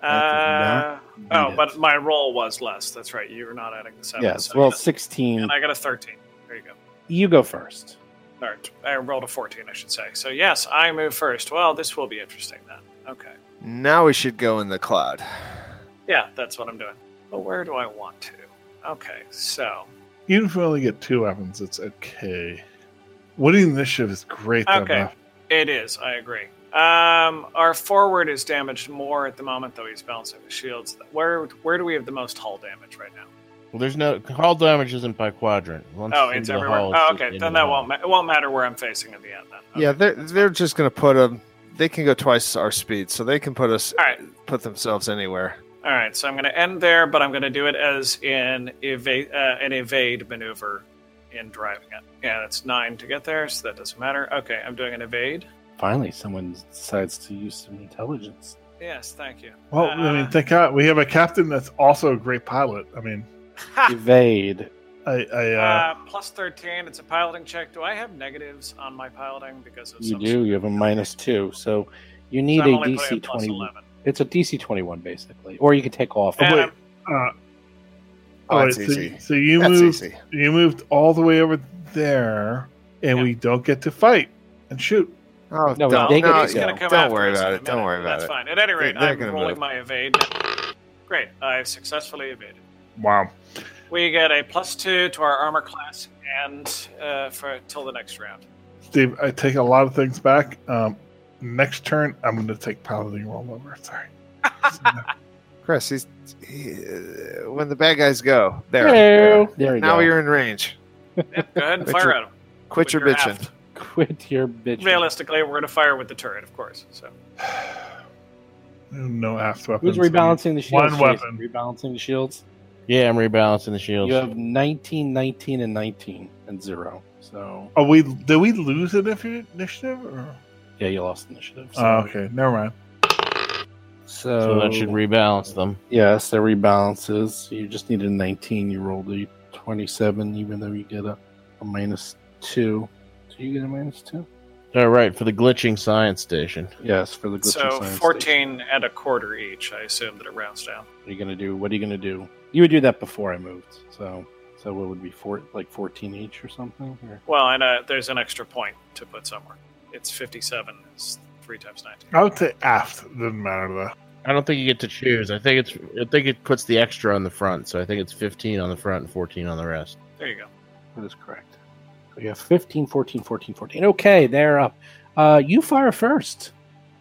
F: Uh, oh,
A: Beat
F: but
A: it.
F: my roll was less. That's right. You were not adding the seven.
A: yes,
F: so
A: well,
F: yeah.
A: 16.
F: and I got a thirteen. There you go.
A: You go first.
F: All right. I rolled a fourteen, I should say. So yes, I move first. Well, this will be interesting then. Okay.
B: Now we should go in the cloud.
F: Yeah, that's what I'm doing. But where do I want to? Okay, so
E: Even if we only get two weapons, it's okay. Winning initiative is great. though,
F: Okay.
E: Matt.
F: It is. I agree. Um, our forward is damaged more at the moment, though he's balancing the shields. Where where do we have the most hull damage right now?
D: Well, there's no hull damage isn't by quadrant. Once
F: Oh,
D: in
F: it's
D: the
F: everywhere.
D: hull,
F: Oh,
D: it's
F: okay.
D: in
F: Then
D: the
F: that
D: hull.
F: won't ma- it won't matter where I'm facing at the end. Then. Okay.
B: Yeah, they're they're just gonna put them. They can go twice our speed, so they can put us
F: All right.
B: put themselves anywhere.
F: All right. So I'm going to end there, but I'm going to do it as in evade uh, an evade maneuver in driving it. Yeah, that's nine to get there, so that doesn't matter. Okay, I'm doing an evade.
A: Finally, someone decides to use some intelligence.
F: Yes, thank you. Uh,
E: Well, I mean, thank God we have a captain that's also a great pilot. I mean,
F: Ha!
A: Evade.
E: I, I uh,
F: Uh, plus 13. It's a piloting check. Do I have negatives on my piloting because of
A: You
F: some
A: do. You have a minus two, so you need
F: So I'm
A: a
F: only putting
A: DC
F: plus
A: twenty.
F: 11.
A: It's a DC twenty-one, basically, or you can take off.
E: Oh,
F: And
E: wait.
F: I'm-
E: uh,
B: Oh,
E: all
B: that's
E: right,
B: easy.
E: So, so you
B: that's
E: moved
B: easy.
E: you moved all the way over there, and
F: Yeah.
E: we don't get to fight and shoot.
B: Oh,
A: No,
B: don't,
A: they get
F: no,
B: no,
A: to
F: he's
A: go.
F: gonna come
B: don't
F: after
B: worry
F: us in
B: about
F: a
B: it. Don't
F: minute.
B: worry about
F: That's
B: it.
F: fine. At any rate,
B: they're
F: I'm
B: gonna
F: rolling
B: move.
F: my evade. Great. I've successfully evaded.
E: Wow.
F: We get a plus two to our armor class and uh, for till the next round.
E: Steve, I take a lot of things back. Um, next turn, I'm going to take piloting rollover. Sorry.
B: Chris, he's he, uh, when the bad guys go there.
A: Hello.
B: there.
A: There you
B: Now
A: go.
B: you're in range.
F: Yep, go ahead and
B: Quit
F: fire
B: your-
F: at him.
B: Quit
F: But
B: your
F: you're
B: bitching.
F: aft.
A: Quit your bitch.
F: Realistically, we're going to fire with the turret, of course. So
E: No aft weapons.
A: Who's rebalancing the
E: One
A: shields? Jason?
E: weapon.
A: Rebalancing the shields.
D: Yeah, I'm rebalancing the shields.
A: You have 19, 19, and 19, and 0.
E: So, oh, we did we lose initi- initiative? Or?
A: Yeah, you lost initiative. So,
E: Oh, okay, never mind.
A: so,
D: So that should rebalance them.
A: Yes, that rebalances. You just need a 19. You rolled a 27, even though you get a, a minus 2. Do you get a minus 2?
D: All right, for the glitching science station.
A: Yes, for the glitch
F: So
A: science.
F: 14 and a quarter each. I assume that it rounds down.
A: What are you gonna do? What are you gonna do? You would do that before I moved. So, so what would be four, like 14 each or something? Or?
F: Well, and uh, there's an extra point to put somewhere. It's 57 is 3 times 19.
B: Oh.
E: I would say aft didn't matter though.
D: I don't think you get to choose. I think it's I think it puts the extra on the front, so I think it's 15 on the front and 14 on the rest.
F: There you go.
A: That is correct. So you have 15, 14, 14, 14. Okay, they're up. Uh, you fire first.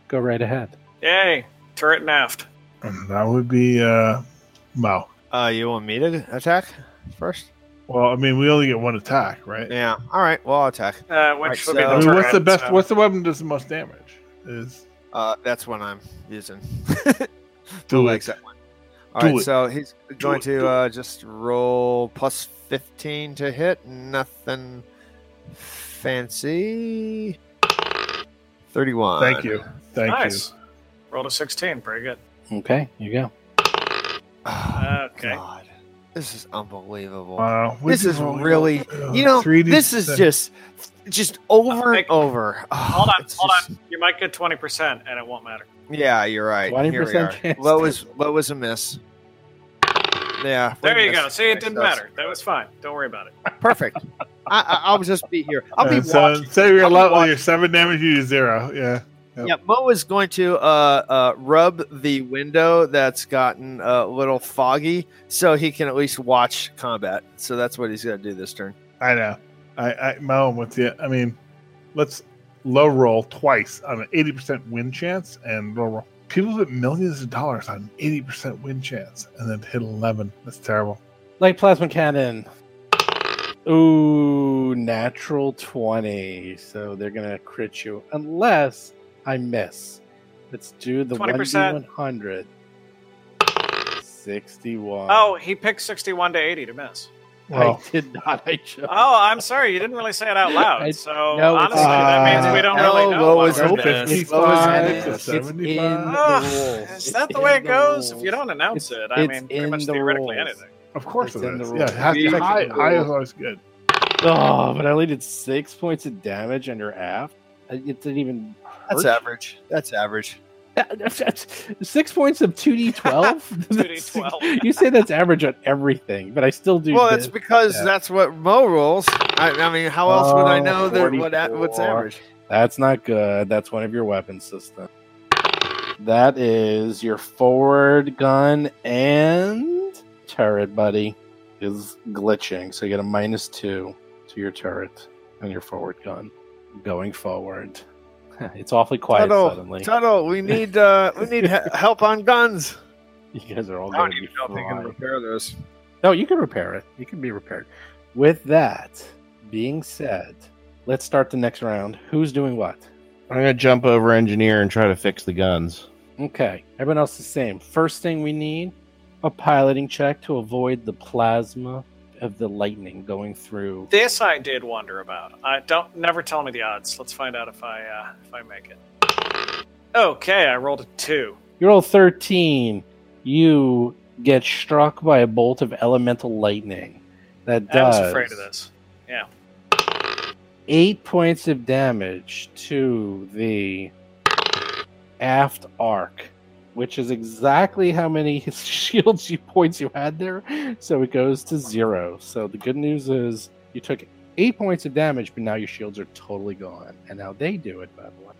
A: Go right ahead.
F: Yay! Turret and aft.
E: And that would be uh, Mo.
B: Uh, you want me to attack first?
E: Well, I mean, we only get one attack, right?
B: Yeah. All right. Well, I'll attack.
F: Uh,
B: Right,
F: which would be
E: I
B: so-
F: the
E: mean,
F: turret, uh,
E: what's the best?
F: so-
E: What's the weapon that does the most damage? Is
B: Uh, that's one I'm using.
E: Do
B: Like
E: it.
B: that one. All
E: Do
B: right,
E: it.
B: so he's going
E: it, do
B: to uh, just roll plus 15 to hit. Nothing fancy. 31.
E: Thank you. Thank
F: nice. Rolled a 16. Very good.
A: Okay, you go.
B: Oh,
F: Uh, Okay.
B: God. This is
E: you.
B: unbelievable.
E: Wow. Uh, we
B: This
E: did
B: is
E: roll-
B: really-
E: uh,
B: you know,
E: 3D
B: this is
E: six.
B: just just over
F: Like-
B: and over. Ah,
F: Hold on, hold on. You might get 20%, and it won't matter.
B: on. Yeah, you're right.
A: 20%
B: 20%
A: chance.
B: low is low is a miss. Yeah. we
F: There you
B: missed.
F: go. See, it didn't
B: That's
F: matter. That was fine. Don't worry about it.
B: Perfect. I, I, I'll just be here. I'll be
E: Uh, so,
B: watching.
E: say you're
B: I'll be
E: level,
B: watching.
E: your seven damage, you do zero. Yeah.
B: Yeah, Mo is going to uh, uh, rub the window that's gotten uh, a little foggy so he can at least watch combat. So that's what he's going to do this turn.
E: I know. I, I Mo, I'm with you. I mean, let's low roll twice on an eighty percent win chance and low roll. People put millions of dollars on an eighty percent win chance and then hit eleven. That's terrible.
A: Light plasma cannon. Ooh, natural 20. So they're going to crit you unless I miss. Let's do the
F: 20%.
A: 1D100. 61.
F: Oh, he picked 61 to 80 to miss.
E: Well,
A: I did not. I chose.
F: Oh, I'm sorry. You didn't really say it out loud.
A: I-
F: So,
A: no, it's- uh,
F: honestly, that means we don't
B: Uh,
F: really
B: no,
F: know.
B: low
F: what
B: is
F: we're
B: open.
F: doing.
E: It's
A: It's fine.
E: it's
A: It's in
E: 75.
A: the
F: Ugh,
A: rules.
F: Is
A: It's
F: that the
A: in
F: way it goes? If
A: rules.
F: you don't announce
A: It's-
F: it, I
A: it's
F: mean, pretty
A: in
F: much
A: the
F: theorely
A: rules.
F: anything.
E: of course
A: it's
E: it
A: in the
E: is.
A: rules.
E: Yeah, it has to
A: Yeah.
E: be high. High is always good.
A: Oh, but I only did six points of damage under aft. I- It didn't even.
B: That's
A: hurt.
B: average. That's average.
A: Six points of 2d12?
F: 2d12.
A: you say that's average on everything, but I still do.
B: well,
A: this.
B: it's because
A: Yeah.
B: that's what Mo rolls. I, I mean, how else would I
A: Oh,
B: know that what a- what's
A: 44.
B: average?
A: That's not good. That's one of your weapon system. That is your forward gun and turret, buddy, is glitching. So you get a minus two to your turret and your forward gun going forward. It's awfully quiet
B: Tuttle,
A: suddenly.
B: Tuttle, we need uh, we need he- help on guns.
A: You guys are all
B: I don't
A: going to be
B: even know if they can
A: fried.
B: repair this.
A: No, you can repair it. You can be repaired. With that being said, let's start the next round. Who's doing what?
D: I'm gonna jump over engineer and try to fix the guns.
A: Okay, everyone else the same. First thing we need a piloting check to avoid the plasma of the lightning going through.
F: This I did wonder about. I don't never tell me the odds. Let's find out if I uh, if I make it. Okay, I rolled a two.
A: You roll 13. You get struck by a bolt of elemental lightning. That
F: I
A: does
F: was afraid of this.
A: eight points of damage to the aft arc, which is exactly how many shields you points you had there. So it goes to zero. So the good news is you took eight points of damage, but now your shields are totally gone. And now they do it, by the way.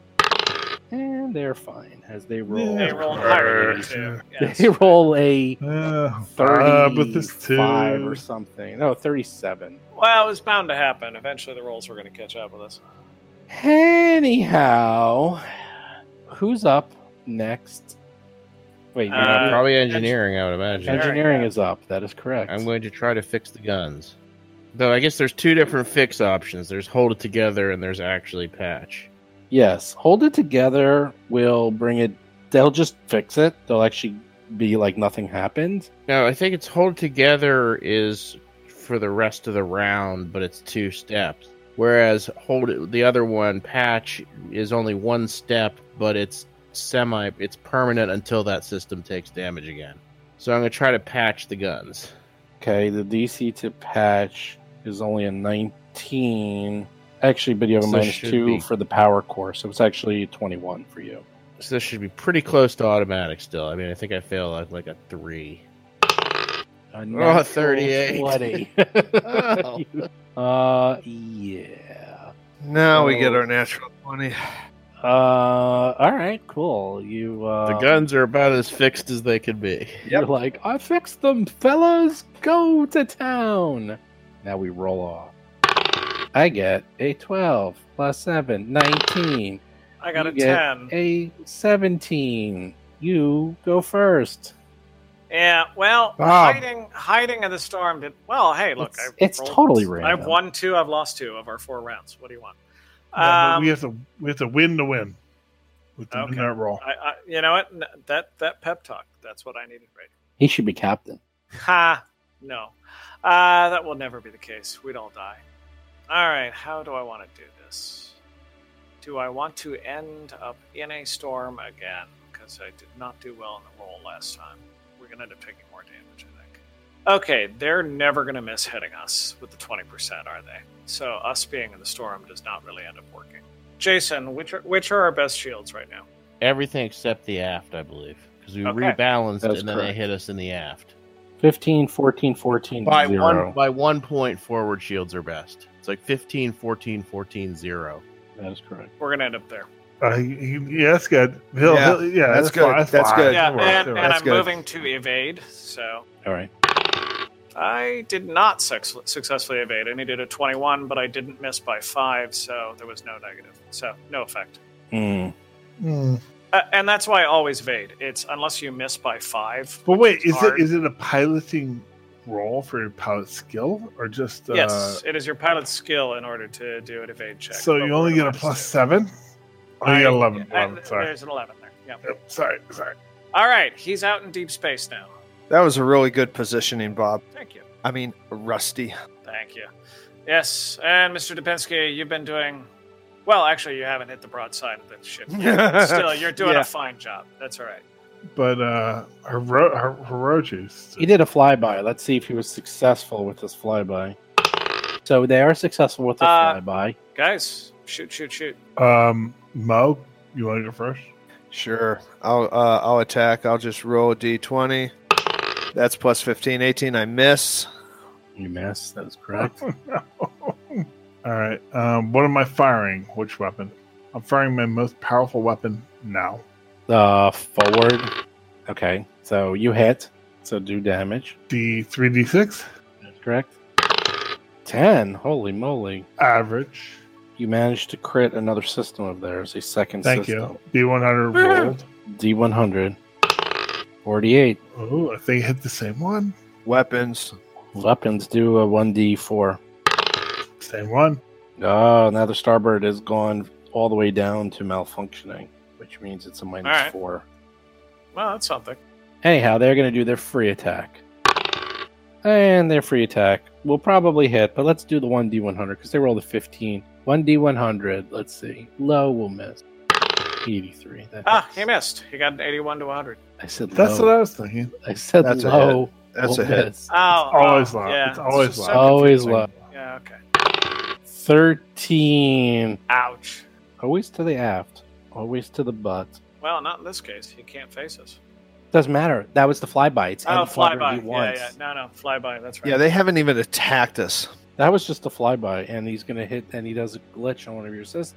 A: And they're fine as they roll.
E: Yeah.
F: They rolled
E: Grr.
F: higher than a two. Yes.
A: They roll a
E: Uh, uh, but this too.
A: 35 or something. No, 37.
F: Well, it was bound to happen. Eventually, the rolls were going to catch up with us.
A: Anyhow, who's up next? Wait, you're
D: Uh,
A: not-
F: Uh,
D: probably engineering, I would imagine.
F: engineer-
A: engineering is up. That is correct.
D: I'm going to try to fix the guns. Though I guess there's two different fix options. There's hold it together and there's actually patch.
A: yes, hold it together. We'll bring it. They'll just fix it. They'll actually be like nothing happened.
D: No, I think it's hold together is for the rest of the round, but it's two steps. Whereas hold it, the other one patch is only one step, but it's semi it's permanent until that system takes damage again. So I'm going to try to patch the guns.
A: Okay, the DC to patch is only a 19. Actually, but you have a
D: So
A: minus
D: should
A: two
D: be.
A: for the power core, so it's actually 21 for you.
D: So this should be pretty close to automatic still. I mean, I think I fail like like a 3.
A: A
D: Oh,
A: natural
D: 38.
A: 20.
D: Oh.
A: uh, yeah.
B: Now we
A: So-
B: get our natural 20.
A: Uh, all right, cool. You uh,
D: The guns are about as fixed as they could be.
A: You're like, I fixed them, fellas. Go to town. Now we roll off. I get a 12 plus 7, 19,
F: I got
A: You
F: a
A: get
F: 10.
A: a 17. You go first.
F: Yeah, well,
E: Bob.
F: hiding hiding in the storm did. Well, hey, look.
A: It's-
F: I've
A: it's totally
F: I've
A: random.
F: won two, I've lost two of our four rounds. What do you want?
E: Yeah, but
F: Um,
E: we have to we have to win to win with the
F: Okay.
E: win that roll.
F: I, I, you know what? N- That that pep talk. That's what I needed right
A: He should be captain.
F: Ha! No. Uh, that will never be the case. We'd all die. All right, how do I want to do this? Do I want to end up in a storm again? Because I did not do well in the roll last time. We're going to end up taking more damage, I think. Okay, they're never going to miss hitting us with the 20%, are they? So us being in the storm does not really end up working. Jason, which are, which are our best shields right now?
D: Everything except the aft, I believe, because we
F: Okay.
D: rebalanced
A: That's
D: and then
A: correct.
D: they hit us in the aft.
A: 15, 14, 14,
D: By
A: 0.
D: one by one point, forward shields are best. It's like 15, 14, 14, 0.
A: That is correct.
F: We're going to end up there.
E: Uh, he- he- yeah, that's good. He'll,
B: Yeah,
E: he'll- yeah,
B: that's
E: that's,
B: good.
E: fine,
B: That's
E: fine.
B: good.
F: Yeah,
E: Don't worry,
F: and,
E: don't
F: and
E: worry.
B: That's
F: I'm
B: good.
F: moving to evade, so
A: All right.
F: I did not sex- successfully evade. I needed a 21, but I didn't miss by five, so there was no negative. So, no effect.
A: Mm.
E: Mm.
F: Uh, and that's why I always evade. It's unless you miss by five.
E: But
F: which
E: wait, is
F: hard.
E: it is it a piloting role for your pilot skill or just uh,
F: yes, it is your pilot's skill in order to do an evade check.
E: So
F: but
E: you
F: we're
E: only
F: gonna
E: get a
F: minus
E: plus
F: two.
E: seven. Oh, you got
F: I-
E: 11,
F: I-
E: 11, Sorry,
F: There's an 11 there. Yeah.
E: Yep, sorry, sorry.
F: All right, he's out in deep space now.
B: That was a really good positioning, Bob.
F: Thank you.
B: I mean, rusty.
F: Thank you. Yes, and Mr. Depensky, you've been doing. Well, actually, you haven't hit the broadside of the ship. yet. Still, you're doing
B: Yeah.
F: a fine job. That's all right.
E: But uh, Hiro- Hi- Hiroji's
A: He did a flyby. Let's see if he was successful with this flyby. So they are successful with the
F: Uh,
A: flyby.
F: Guys, shoot, shoot, shoot.
E: um Mo. You want to go first?
B: Sure. I'll uh, I'll attack. I'll just roll a d20. That's plus 15, 18. I miss.
A: You missed. That is correct.
E: All right. Um, what am I firing? Which weapon? I'm firing my most powerful weapon now.
A: Uh, forward. Okay, so you hit, so do damage.
E: D three D six
A: That's correct. Ten. Holy moly!
E: average.
A: You managed to crit another system of theirs, a second
E: Thank
A: system.
E: you. D one hundred rolled.
A: D one hundred. Forty-eight
E: Oh, I think I hit the same one.
B: Weapons.
A: weapons do a one D four.
E: Same one.
A: Oh, now the starboard is gone all the way down to malfunctioning, which means it's a minus
F: All right.
A: four.
F: Well, that's something.
A: Anyhow, they're going to do their free attack. And their free attack will probably hit, but let's do the 1d100 because they rolled a 15. 1d100, let's see. Low will miss. 83. That
F: Ah,
A: hits.
F: he missed. He got an 81 to 100.
A: I said
E: That's
A: low.
E: what I was thinking.
A: I said
B: That's a
A: low.
B: That's
A: will
B: a hit.
A: miss.
F: Oh,
E: Always
F: oh,
E: loud.
F: Yeah.
E: It's always
F: just
E: loud.
F: so
A: Always
F: confusing.
A: low.
F: Yeah, okay.
A: 13.
F: Ouch.
A: Always to the aft, always to the butt.
F: Well, not in this case. He can't face us.
A: Doesn't matter. That was the flyby. It's
F: Oh,
A: any quadrant
F: flyby.
A: he
F: Yeah,
A: wants.
F: yeah. No, no, flyby. That's right.
B: Yeah, they haven't even attacked us.
A: That was just a flyby, and he's gonna hit, and he does a glitch on one of your assists.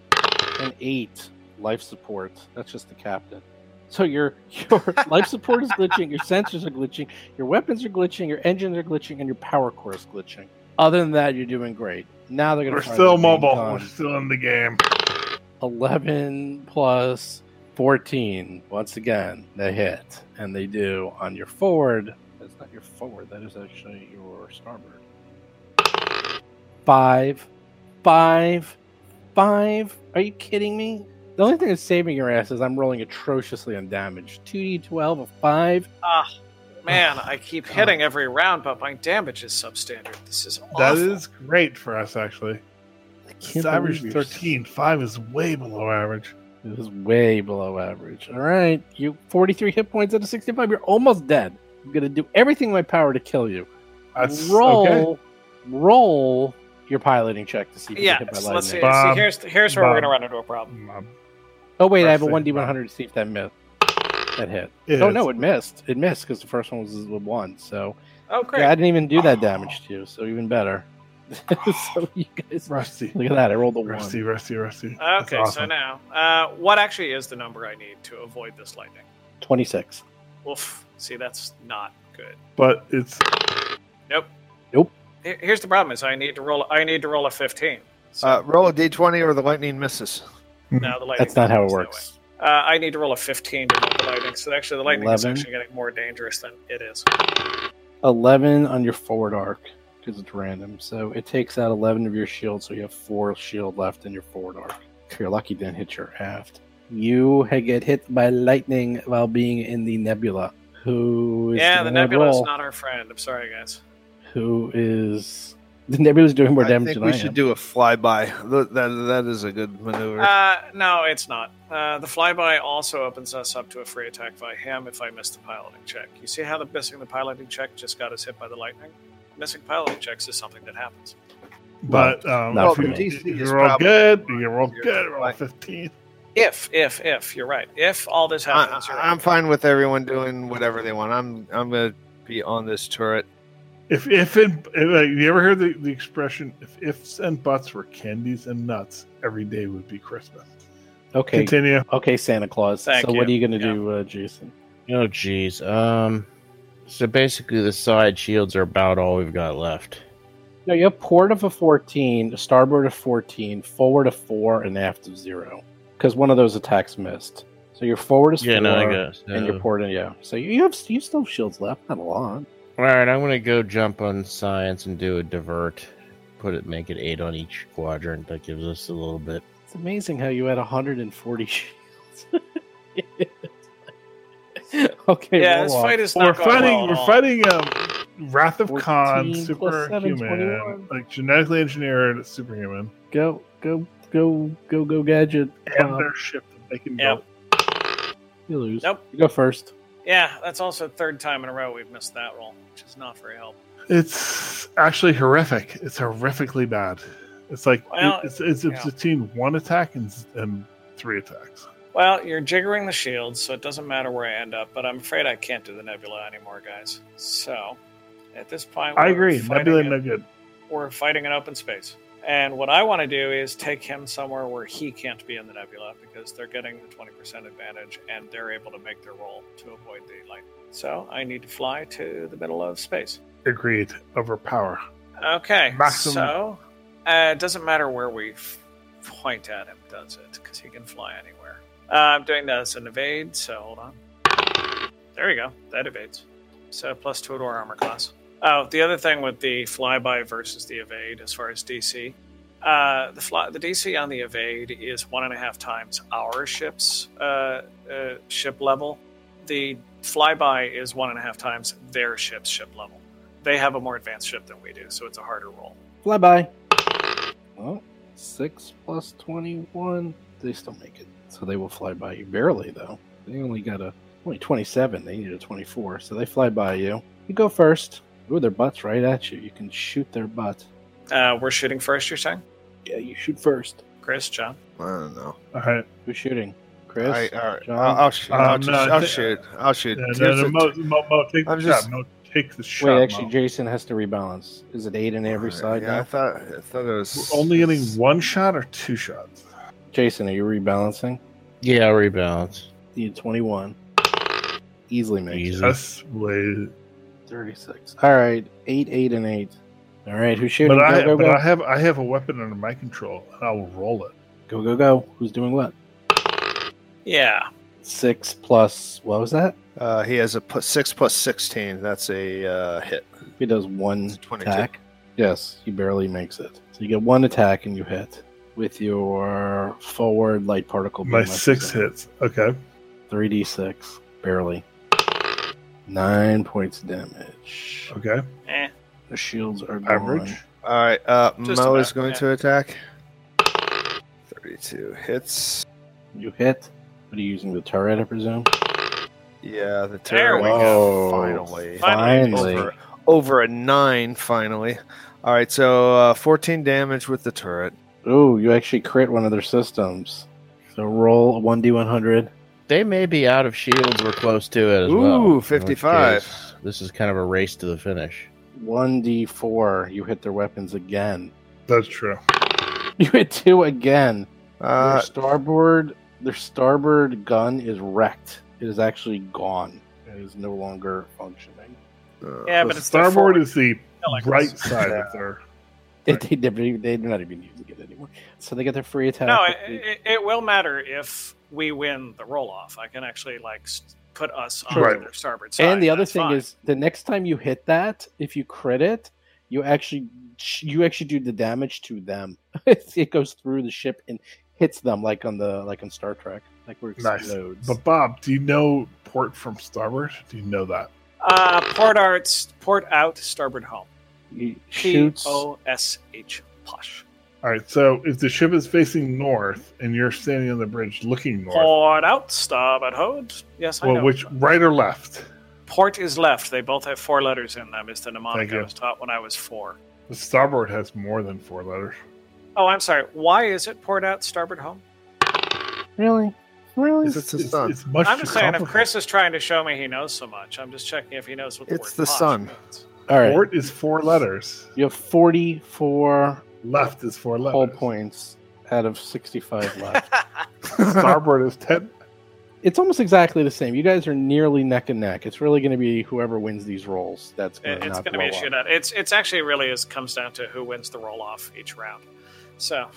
A: An eight life support. That's just the captain. So your your life support is glitching, your sensors are glitching, your weapons are glitching, your engines are glitching, and your power core is glitching. Other than that, you're doing great. Now they're gonna.
E: We're
A: fire
E: still
A: their main
E: mobile.
A: gun.
E: We're still in the game.
A: Eleven plus fourteen. Once again, they hit, and they do on your forward. That's not your forward. That is actually your starboard. Five, five, five. Are you kidding me? The only thing that's saving your ass is I'm rolling atrociously on damage. Two d twelve of five.
F: Ah, Man, I keep hitting every round, but my damage is substandard. This is awful.
E: That is great for us, actually.
A: I can't
E: It's average
A: believe you're-
E: 13. 5 is way below average.
A: It is way below average. All right, you 43 hit points out of 65. You're almost dead. I'm gonna do everything in my power to kill you.
E: That's
A: roll,
E: okay.
A: roll your piloting check to see if
F: Yeah,
A: you hit by
F: so let's see.
A: lightning.
E: Bob.
F: see here's here's where we're gonna
E: Bob.
F: run into a problem.
E: Um,
A: Oh wait, I have a
E: Perfect.
A: 1d100 to see if that missed. That hit.
E: it
A: oh
E: is-
A: no, it missed. It missed because the first one was with one. So
F: Oh great!
A: yeah, I didn't even do that damage to you. So even better. so you guys,
E: Rusty.
A: look at that. I rolled a one.
E: Rusty, Rusty, Rusty. That's
F: okay, so
E: awesome.
F: now, uh, what actually is the number I need to avoid this lightning?
A: 26.
F: Oof. See, that's not good.
E: But it's
F: Here- Here's the problem: is I need to roll. I need to roll a fifteen. So
B: Uh, roll a d20 or the lightning misses.
F: now the lightning.
A: That's not how it
F: goes that
A: works.
F: way. Uh, I need to roll a fifteen to roll the lightning. So actually, the lightning is
A: 11.
F: actually getting more dangerous than it is.
A: 11 on your forward arc because it's random. So it takes out 11 of your shield, so you have four shield left in your forward arc. If you're lucky, then hit your aft. You ha- get hit by lightning while being in the nebula. Who is
F: Yeah, the
A: gonna
F: nebula is
A: roll?
F: not our friend. I'm sorry, guys.
A: Who is the nebula's doing more
B: I
A: damage
B: think
A: than
B: we
A: I
B: should
A: am.
B: do a flyby. Th- That, that is a good maneuver.
F: Uh, no, it's not. Uh, the flyby also opens us up to a free attack by him if I miss the piloting check. You see how the missing the piloting check just got us hit by the lightning? Missing piloting checks is something that happens.
E: but um,
A: not
E: if
A: for
E: you,
A: me.
E: if
B: DC is
E: you roll
B: probably-
E: good, you can roll
B: You're
E: good, roll
B: right.
E: 15.
F: If, if, if, you're right. If all this
B: I,
F: happens, you're right.
B: I'm fine with everyone doing whatever they want. I'm I'm gonna be on this turret.
E: If if and if, uh, you ever heard the, the expression if ifs and buts were candies and nuts, every day would be Christmas.
A: Okay,
E: Continue.
A: okay, Santa Claus.
F: Thank
A: so what are
F: you.
A: you going to
F: Yeah.
A: do, uh, Jason?
D: Oh, geez. Um, so basically, the side shields are about all we've got left.
A: No, you have port of a 14, starboard of 14, forward of 4, and aft of 0. Because one of those attacks missed. So your forward is 4,
D: Yeah, no, I guess. uh,
A: and your
D: no.
A: port, yeah. So you have you still have shields left, not a lot.
D: All right, I'm gonna go jump on science and do a divert. Put it, make it eight on each quadrant. That gives us a little bit.
A: It's amazing how you had 140 shields. okay,
F: yeah,
A: roll
F: this
A: off.
F: fight is
E: We're
F: not going
E: fighting.
F: well at
E: we're
F: all.
E: fighting um, Wrath of Khan,
A: 14 plus seven,
E: superhuman,
A: 21.
E: like genetically engineered superhuman,
A: Go, go, go, go, go, gadget.
E: and
A: Bob.
E: their ship that they can
F: Yep.
E: build.
A: You lose.
F: Nope.
A: You go first.
F: Yeah, that's also the third time in a row we've missed that roll, which is not very helpful.
E: It's actually horrific. It's horrifically bad. It's like
F: Well,
E: it's it's, it's
F: yeah.
E: between one attack and, and three attacks.
F: Well, you're jiggering the shields, so it doesn't matter where I end up, but I'm afraid I can't do the nebula anymore, guys. So, at this point,
E: I
F: we're
E: agree.
F: fighting
E: Nebula
F: it-
E: no good.
F: we're fighting in open space. And what I want to do is take him somewhere where he can't be in the nebula because they're getting the 20% advantage and they're able to make their roll to avoid the light. So I need to fly to the middle of space.
E: Agreed. Overpower.
F: Okay.
E: Maximum.
F: So uh, it doesn't matter where we f- point at him, does it? Because he can fly anywhere. Uh, I'm doing that as an evade, so hold on. There we go. That evades. So plus two to our armor class. Oh, the other thing with the flyby versus the evade, as far as DC, uh, the fly, the DC on the evade is one and a half times our ship's uh, uh, ship level. The flyby is one and a half times their ship's ship level. They have a more advanced ship than we do, so it's a harder roll.
A: Fly by. Well, six plus twenty-one. They still make it, so they will fly by you barely though. They only got a only twenty-seven. They need a twenty-four, so they fly by you. You go first. Ooh, their butts right at you. You can shoot their butt.
F: Uh, we're shooting first, you're saying?
A: Yeah, you shoot first.
F: Chris, John?
B: I don't know.
E: All right.
A: Who's shooting?
B: All
A: Chris.
B: right, all right.
A: John?
B: I'll, I'll shoot.
E: Um,
B: I'll, just-
E: no, I
B: I'll
E: think-
B: shoot. I'll shoot.
E: Yeah, no,
B: Here's
E: no,
B: a-
E: Mo, Mo, Mo, take
B: I'm
E: the
B: just-
E: shot. Mo, take the shot.
A: Wait, actually,
E: Mo.
A: Jason has to rebalance. Is it eight on every
B: Alright,
A: side
B: yeah, I
A: now?
B: thought I thought it was
E: We're only getting one shot or two shots.
A: Jason, are you rebalancing?
D: Yeah, rebalance.
A: You need twenty-one. Easily makes it.
D: Easy.
E: That's way.
A: 36. All right, 8, 8, and 8. All right, who's shooting?
E: But
A: Go,
E: I,
A: go,
E: but
A: go.
E: I have I have a weapon under my control, and I'll roll it.
A: go, go, go. Who's doing what?
F: Yeah.
A: 6 plus, what was that?
B: Uh, he has a plus six plus sixteen. That's a uh, hit.
A: He does one
B: It's 22.
A: attack. Yes, he barely makes it. So you get one attack and you hit with your forward light particle.
E: My
A: beam, I
E: six
A: presume.
E: hits. Okay.
A: 3d6, barely. 9 points of damage.
E: Okay.
F: Eh.
A: The shields are gone.
E: Average.
B: All right. Uh,
F: Just
B: Mo
F: about,
B: is going
F: yeah.
B: to attack. 32 hits.
A: You hit. What are you using the turret, I presume?
B: Yeah, the
F: There
B: turret.
F: we
E: Oh,
A: go.
B: Finally.
A: Finally.
B: Over, over a nine, finally. All right, so uh, 14 damage with the turret.
A: Ooh, you actually crit one of their systems. So roll one d one hundred.
D: They may be out of shields or close to it as
B: Ooh,
D: well. in which
B: 55.
D: case, This is kind of a race to the finish.
A: One d four. You hit their weapons again.
E: That's true.
A: You hit two again.
B: Uh,
A: their starboard, their starboard gun is wrecked. It is actually gone. It is no longer functioning.
B: uh,
F: Yeah,
E: The
F: but it's their
E: starboard
F: forward
E: is the
F: phalanx.
E: right side of their.
A: They, they never even- they're not even using it anymore. So they get their free attack.
F: No, it, it, it will matter if we win the roll off. I can actually like s- put us on
E: Right.
F: their starboard side.
A: and the other
F: That's
A: thing
F: fine.
A: is, the next time you hit that, if you crit it, you actually you actually do the damage to them. it goes through the ship and hits them, like on the like on Star Trek, like where it
E: Nice.
A: explodes.
E: But Bob, do you know port from starboard? Do you know that?
F: uh, port arts, port out, starboard home.
A: You
F: P
A: shoots.
F: O S H posh.
E: All right. So if the ship is facing north and you're standing on the bridge looking north,
F: Port out, starboard hold. Yes, Oh, I
E: well,
F: know.
E: which right or left?
F: port is left? They both have four letters in them. Is the mnemonic
E: Thank you.
F: I was taught when I was four.
E: The starboard has more than four letters.
F: Oh, I'm sorry. Why is it port out, starboard home?
A: Really, really.
B: It's the sun.
E: It's much
F: I'm
E: too
F: just saying, if
E: complicated.
F: Chris is trying to show me he knows so much, I'm just checking if he knows what the
B: It's
F: word
B: the
F: posh
B: sun.
F: means.
A: All right,
E: port is four letters.
A: you have forty-four
E: Left is four letters.
A: hull points out of sixty-five left.
E: Starboard is ten.
A: it's almost exactly the same. You guys are nearly neck and neck. It's really going to be whoever wins these rolls. That's going
F: It-
A: to
F: it's
A: not
F: going to be
A: blow
F: a
A: up.
F: shootout. It's it's actually really is comes down to who wins the roll off each round. So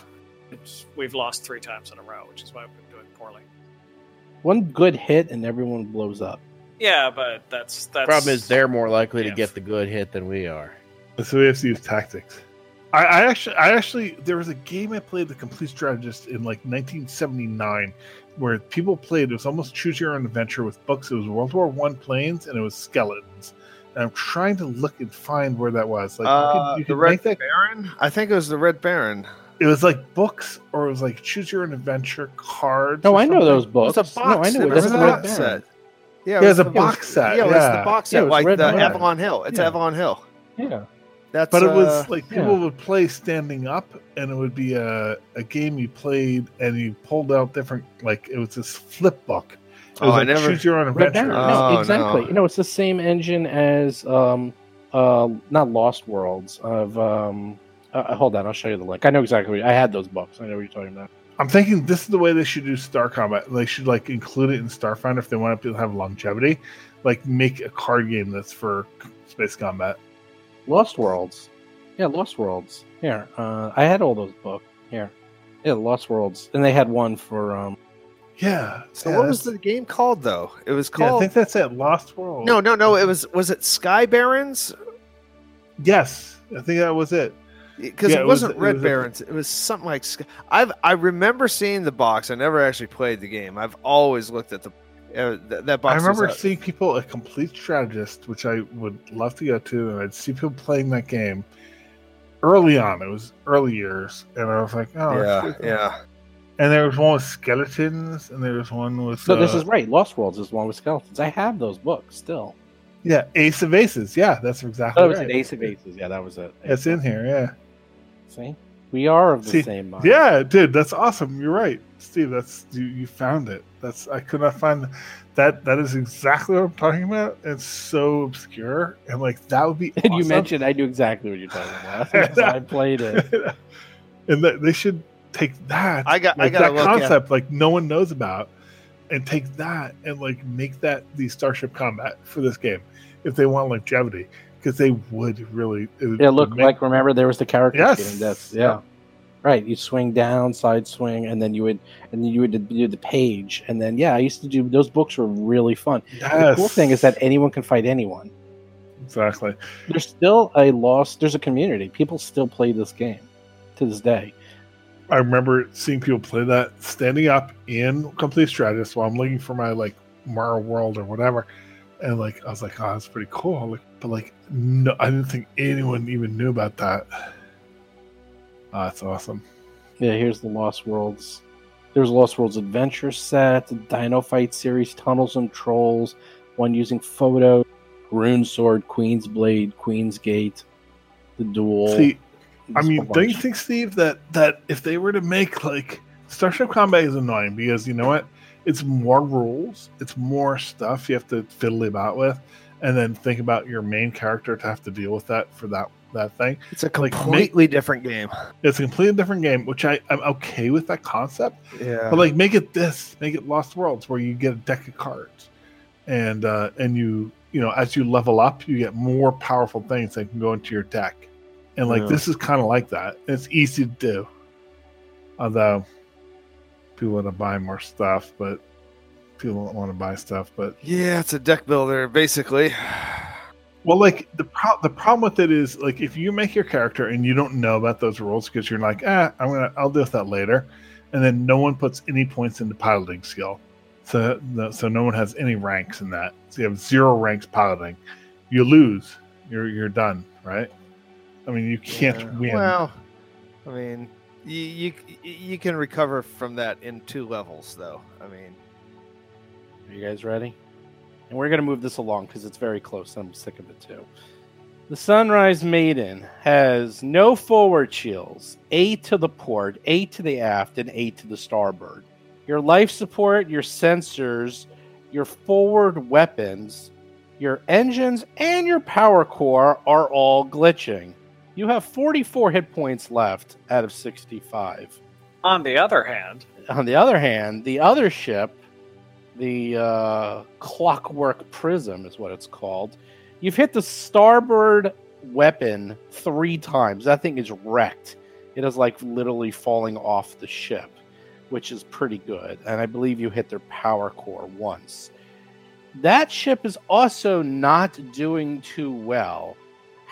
F: it's, we've lost three times in a row, which is why we've been doing poorly.
A: One good hit and everyone blows up.
F: Yeah, but that's that's
D: Problem is, they're more likely to
F: Yes.
D: get the good hit than we are.
E: So we have to use tactics. I, I actually, I actually, there was a game I played, The Complete Strategist, in like 1979, where people played. It was almost choose your own adventure with books. It was World War One planes and it was skeletons. And I'm trying to look and find where that was. Like you
B: uh,
E: could- you
B: the
E: could
B: Red
E: make that-
B: Baron? I think it was the Red Baron.
E: It was like books, or it was like choose your own adventure cards.
A: No,
E: or
A: I know
E: something.
A: those books.
B: It's a box.
A: No, I know
B: It
A: it.
B: was
A: That's
B: a
A: the Red
B: box
A: Baron.
B: set. Yeah,
E: Yeah, it was
B: the
E: a
B: box-
E: box set.
B: Yeah,
E: Yeah,
B: it was the box
A: Yeah, it
B: set,
A: was
B: like
A: Red
B: the
A: Baron.
B: Avalon Hill. It's
E: Yeah.
B: Avalon Hill.
A: Yeah.
B: That's
E: But it
B: uh,
E: was like
A: yeah.
E: people would play standing up, and it would be a, a game you played, and you pulled out different like it was this flip book. It
B: Oh,
E: was
B: I
E: like,
B: never-
E: choose your own
A: Red
E: adventure.
A: Baron.
B: Oh,
A: no,
B: no.
A: exactly. You know, it's the same engine as um, uh, not Lost Worlds of um. Uh, hold on, I'll show you the link. I know exactly. What, I had those books. I know what you're talking about.
E: I'm thinking this is the way they should do Star Combat. They should like include it in Starfinder if they want to have longevity. Like make a card game that's for space combat.
A: Lost Worlds. Yeah, Lost Worlds. Here, uh, I had all those books. Here, yeah, Lost Worlds, and they had one for um.
E: Yeah.
B: So
E: yeah,
B: what was the
E: that's-
B: game called though? It was
E: Yeah, I
B: called
E: think that's it. Lost World.
B: No, no, no. It was was it Sky Barons?
E: Yes, I think that was it.
B: Because
E: Yeah,
B: it
E: it was-
B: wasn't
E: it
B: Red
E: was a-
B: Barons. It was something like Sky. I've I remember seeing the box. I never actually played the game. I've always looked at the uh, th- that box.
E: I
B: was
E: remember
B: out.
E: seeing people a complete strategist, which I would love to go to, and I'd see people playing that game early on. It was early years, and I was like, oh,
B: yeah,
E: that's-
B: yeah.
E: And there was one with skeletons, and there was one with
A: no, this
E: uh,
A: is right. Lost Worlds is the one with skeletons. I have those books still.
E: yeah, Ace of Aces. Yeah, that's exactly.
A: Oh, it was
E: right.
A: an Ace of Aces. Yeah, that was it.
E: It's in here. Yeah,
A: See, we are of the
E: See,
A: same mind.
E: yeah, dude, that's awesome. You're right, Steve. That's you. You found it. That's I could not find that. That is exactly what I'm talking about. It's so obscure, and like that would be.
A: And you
E: awesome.
A: mentioned I knew exactly what you're talking about. That's why I played it.
E: and that they should take that.
B: I got- I
E: like,
B: gotta
E: that
B: look at-
E: concept like no one knows about, and take that and like make that the Starship Combat for this game if they want longevity because they would really. It would
A: Yeah, look,
E: make-
A: like remember there was the character
E: Yes.
A: getting deaths. Yeah. Right. You swing down, side swing, and then you would and then you would do the page. And then yeah, I used to do those books were really fun. The cool
E: Yes.
A: thing is that anyone can fight anyone.
E: exactly.
A: There's still a lost there's a community. People still play this game to this day.
E: I remember seeing people play that standing up in complete strategist while I'm looking for my like Mara world or whatever. And like I was like, oh, that's pretty cool. Like, but like no I didn't think anyone even knew about that. Oh, that's awesome.
A: Yeah, here's the Lost Worlds There's Lost Worlds Adventure set, Dino Fight series, Tunnels and Trolls, one using photo, Rune Sword, Queen's Blade, Queen's Gate, The Duel.
E: See, I
A: There's a
E: mean,
A: whole
E: don't you
A: bunch.
E: think, Steve, that that if they were to make like Starship Combat is annoying because you know what? It's more rules, it's more stuff you have to fiddle about with, and then think about your main character to have to deal with that for that that thing.
B: It's a
E: Like, make-
B: completely different game.
E: It's a completely different game, which I I'm okay with that concept.
B: Yeah.
E: But like, make it this, make it Lost Worlds, where you get a deck of cards, and uh, and you you know as you level up, you get more powerful things that can go into your deck, and like
B: Yeah.
E: this is kind of like that. It's easy to do, although people want to buy more stuff, but people don't want to buy stuff. But
B: yeah, it's a deck builder basically.
E: well, like the pro- the problem with it is like if you make your character and you don't know about those rules because you're like, ah, I'm gonna I'll deal with that later, and then no one puts any points into piloting skill, so no, so no one has any ranks in that. So you have zero ranks piloting. You lose. You're you're done, right? I mean, you can't
B: Yeah.
E: win.
B: Well, I mean, you, you you can recover from that in two levels, though. I mean,
A: Are you guys ready? And we're going to move this along because it's very close. and I'm sick of it too. The Sunrise Maiden has no forward shields, eight to the port, eight to the aft, and eight to the starboard. Your life support, your sensors, your forward weapons, your engines, and your power core are all glitching. You have 44 hit points left out of 65
F: On the other hand,
A: on the other hand, the other ship, the uh, Clockwork Prism is what it's called, you've hit the starboard weapon three times. That thing is wrecked. It is like literally falling off the ship, which is pretty good. And I believe you hit their power core once. That ship is also not doing too well.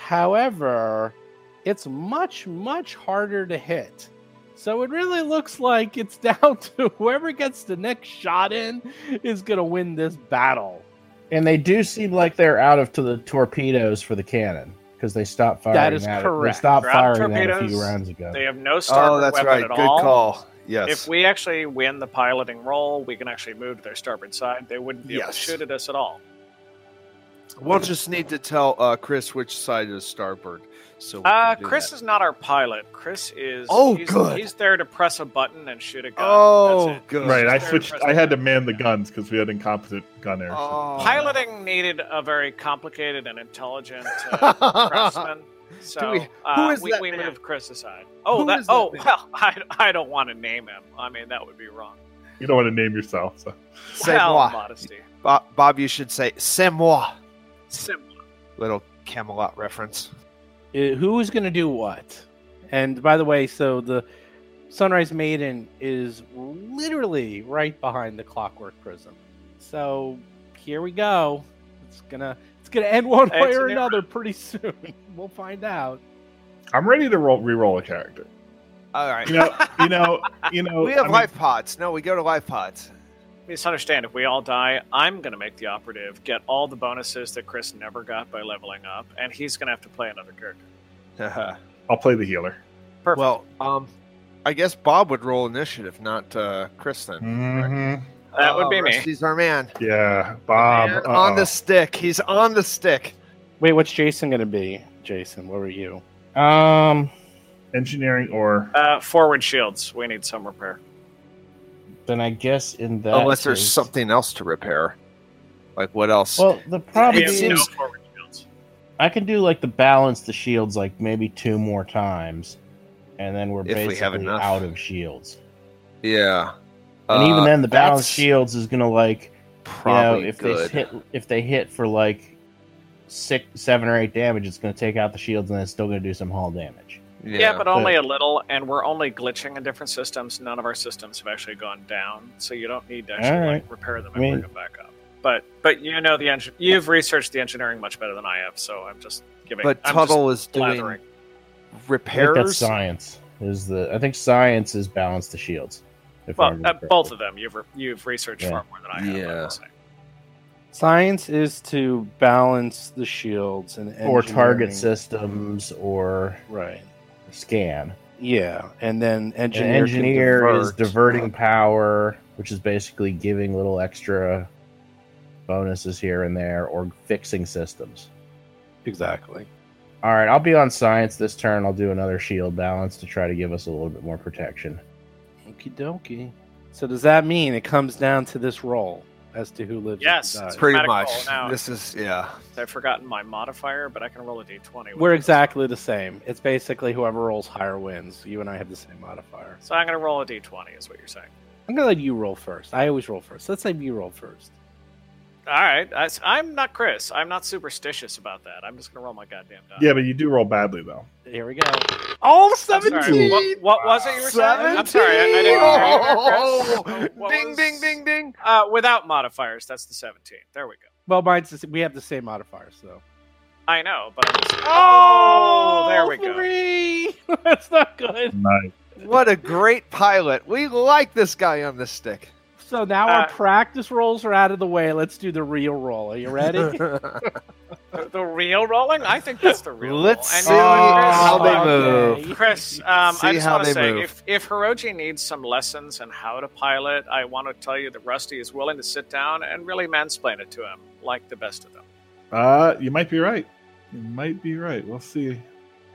A: However, it's much, much harder to hit. So it really looks like it's down to whoever gets the next shot in is going to win this battle.
D: And they do seem like they're out of to the torpedoes for the cannon because they stopped firing.
A: That is
D: at it-
A: correct.
D: They stopped
F: They're out of
D: firing that a few
F: torpedoes.
D: rounds ago.
F: they have no starboard
B: oh, that's
F: weapon
B: right.
F: at
B: Good
F: all.
B: call. Yes.
F: If we actually win the piloting role, we can actually move to their starboard side. They wouldn't be able
B: Yes.
F: to shoot at us at all.
B: We'll just need to tell uh, Chris which side is starboard. So we
F: Uh,
B: can do
F: Chris
B: that.
F: is not our pilot. Chris is.
B: Oh,
F: he's,
B: good.
F: He's there to press a button and shoot a gun.
B: Oh,
F: That's it.
B: good.
E: Right, I
F: They're
E: switched. I
F: impressive.
E: had to man the guns because we had incompetent gunner.
B: Oh.
F: uh, Piloting needed a very complicated and intelligent uh, craftsman. So
B: we- who
F: uh,
B: is
F: we,
B: that
F: we
B: man?
F: moved Chris aside. Oh,
B: Who
F: that,
B: is that
F: oh
B: man?
F: well, I, I don't want to name him. I mean, that would be wrong.
E: You don't want to name yourself. So.
B: Say
F: well,
B: moi.
F: modesty.
B: Bo- Bob, you should say "c'est moi."
F: Simple.
B: Little Camelot reference.
A: Uh, who is going to do what? And by the way, so the Sunrise Maiden is literally right behind the Clockwork Prism. So here we go. It's gonna it's gonna end one way
F: It's
A: or
F: an-
A: another pretty soon. we'll find out.
E: I'm ready to roll re-roll a character.
B: All right.
E: You know, you know, you know.
B: we have
E: I mean,
B: life pods. No, we go to life pods.
F: Please understand, if we all die, I'm going to make the operative get all the bonuses that Chris never got by leveling up, and he's going to have to play another character.
E: I'll play the healer.
F: Perfect.
B: well, um, I guess Bob would roll initiative, not uh, Chris then.
E: Mhm.
F: that would
B: Oh,
F: be me.
B: Rusty's our man.
E: Yeah, Bob.
B: Man on
E: Um, uh-oh.
B: the stick. He's on the stick.
A: Wait, what's Jason gonna be? Jason, what were you?
D: Um,
E: engineering or
F: Uh, forward shields. We need some repair.
D: then I guess in that
B: Unless there's
D: case-
B: something else to repair. Like what else?
D: Well, the
F: We
D: problem
B: It
F: have
D: is
F: no
B: seems-
F: forward shields.
D: I can do like the balance the shields like maybe two more times, and then we're
B: If we have
D: basically
B: enough.
D: out of shields.
B: yeah.
D: And even
B: Uh,
D: then, the balance
B: that's
D: shields is gonna like you know
B: probably
D: if
B: good.
D: they hit if they hit for like six, seven or eight damage, it's gonna take out the shields, and it's still gonna do some hull damage.
F: Yeah, but only a little, and we're only glitching in different systems. None of our systems have actually gone down, so you don't need to actually
D: All
F: like, repair them
D: I
F: and
D: mean-
F: bring them back up. But but you know the engine. You've researched the engineering much better than I have, so I'm just giving.
B: but
F: I'm just
B: Tuttle is doing
F: blathering.
D: I think that's
B: repairs.
D: science is the I think science is balance the shields. If I
F: Well,
D: remember
F: uh,
D: correctly.
F: both of them. You've re- you've researched
D: Yeah.
F: far more than I have. I
B: Yeah.
F: will say.
A: Science is to balance the shields and
D: or target
A: engineering-
D: systems or
A: Right.
D: scan.
A: Yeah, and then
D: An
A: engineer, can
D: engineer is
A: divert.
D: diverting power, which is basically giving little extra bonuses here and there or fixing systems.
A: exactly.
D: All right, I'll be on science this turn. I'll do another shield balance to try to give us a little bit more protection.
A: Okie dokie. So does that mean it comes down to this roll as to who lives? and who
F: Yes.
A: dies?
B: Pretty
F: Medical
B: much.
F: now.
B: This is yeah.
F: I've forgotten my modifier, but I can roll a d20.
A: We're
F: with this.
A: exactly the same. It's basically whoever rolls higher wins. You and I have the same modifier.
F: So I'm going to roll a d20, is what you're saying.
A: I'm gonna let you roll first. I always roll first. Let's say you roll first.
F: All right. I, am not Chris. I'm not superstitious about that. I'm just going to roll my goddamn die.
E: Yeah, but you do roll badly though.
A: Here we go.
B: All
F: I'm sorry, What, what was it you were saying? I'm sorry. I, I didn't
B: Oh,
F: hear you there, Chris. What
B: ding,
F: was-
B: ding, ding, ding.
F: Uh, without modifiers, that's the 17. There we go.
A: Well, mine's the, s- we have the same modifier, so.
F: I know, but I was- oh, there we go.
A: Three. That's not good.
E: Nice.
B: What a great pilot. We like this guy on the stick.
A: So now our
F: Uh,
A: practice rolls are out of the way. Let's do the real roll. Are you ready?
F: The, the real rolling? I think that's the real.
B: Let's see
F: roll.
B: how they
A: okay.
B: move.
F: Chris, um,
B: See
F: I just
B: how
F: want to
B: they
F: say
B: move.
F: if, if Hiroji needs some lessons on how to pilot, I want to tell you that Rusty is willing to sit down and really mansplain it to him, like the best of them.
E: Uh, you might be right. You might be right. We'll see.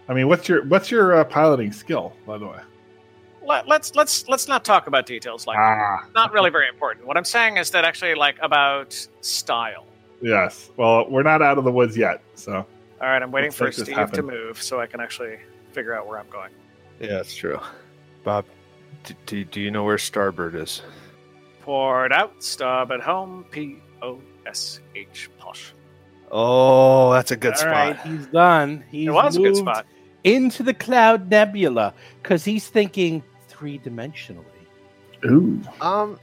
E: I mean, what's your what's your uh, piloting skill, by the way?
F: Let, let's let's let's not talk about details like that.
E: Ah,
F: not really very important. What I'm saying is that actually like about style.
E: yes. Well, we're not out of the woods yet, so
F: All right, I'm waiting
E: Let's
F: for
E: make this
F: Steve to
E: happen.
F: move so I can actually figure out where I'm going.
B: Yeah, that's true. Bob, do, do, do you know where Starbird is?
F: Poured out, stub at home, P O S H posh.
B: Oh, that's a good
A: All
B: spot.
A: right, he's done. He's
F: It was a good
A: moved
F: spot.
A: Into the cloud nebula because he's thinking three dimensionally.
E: ooh,
B: Um,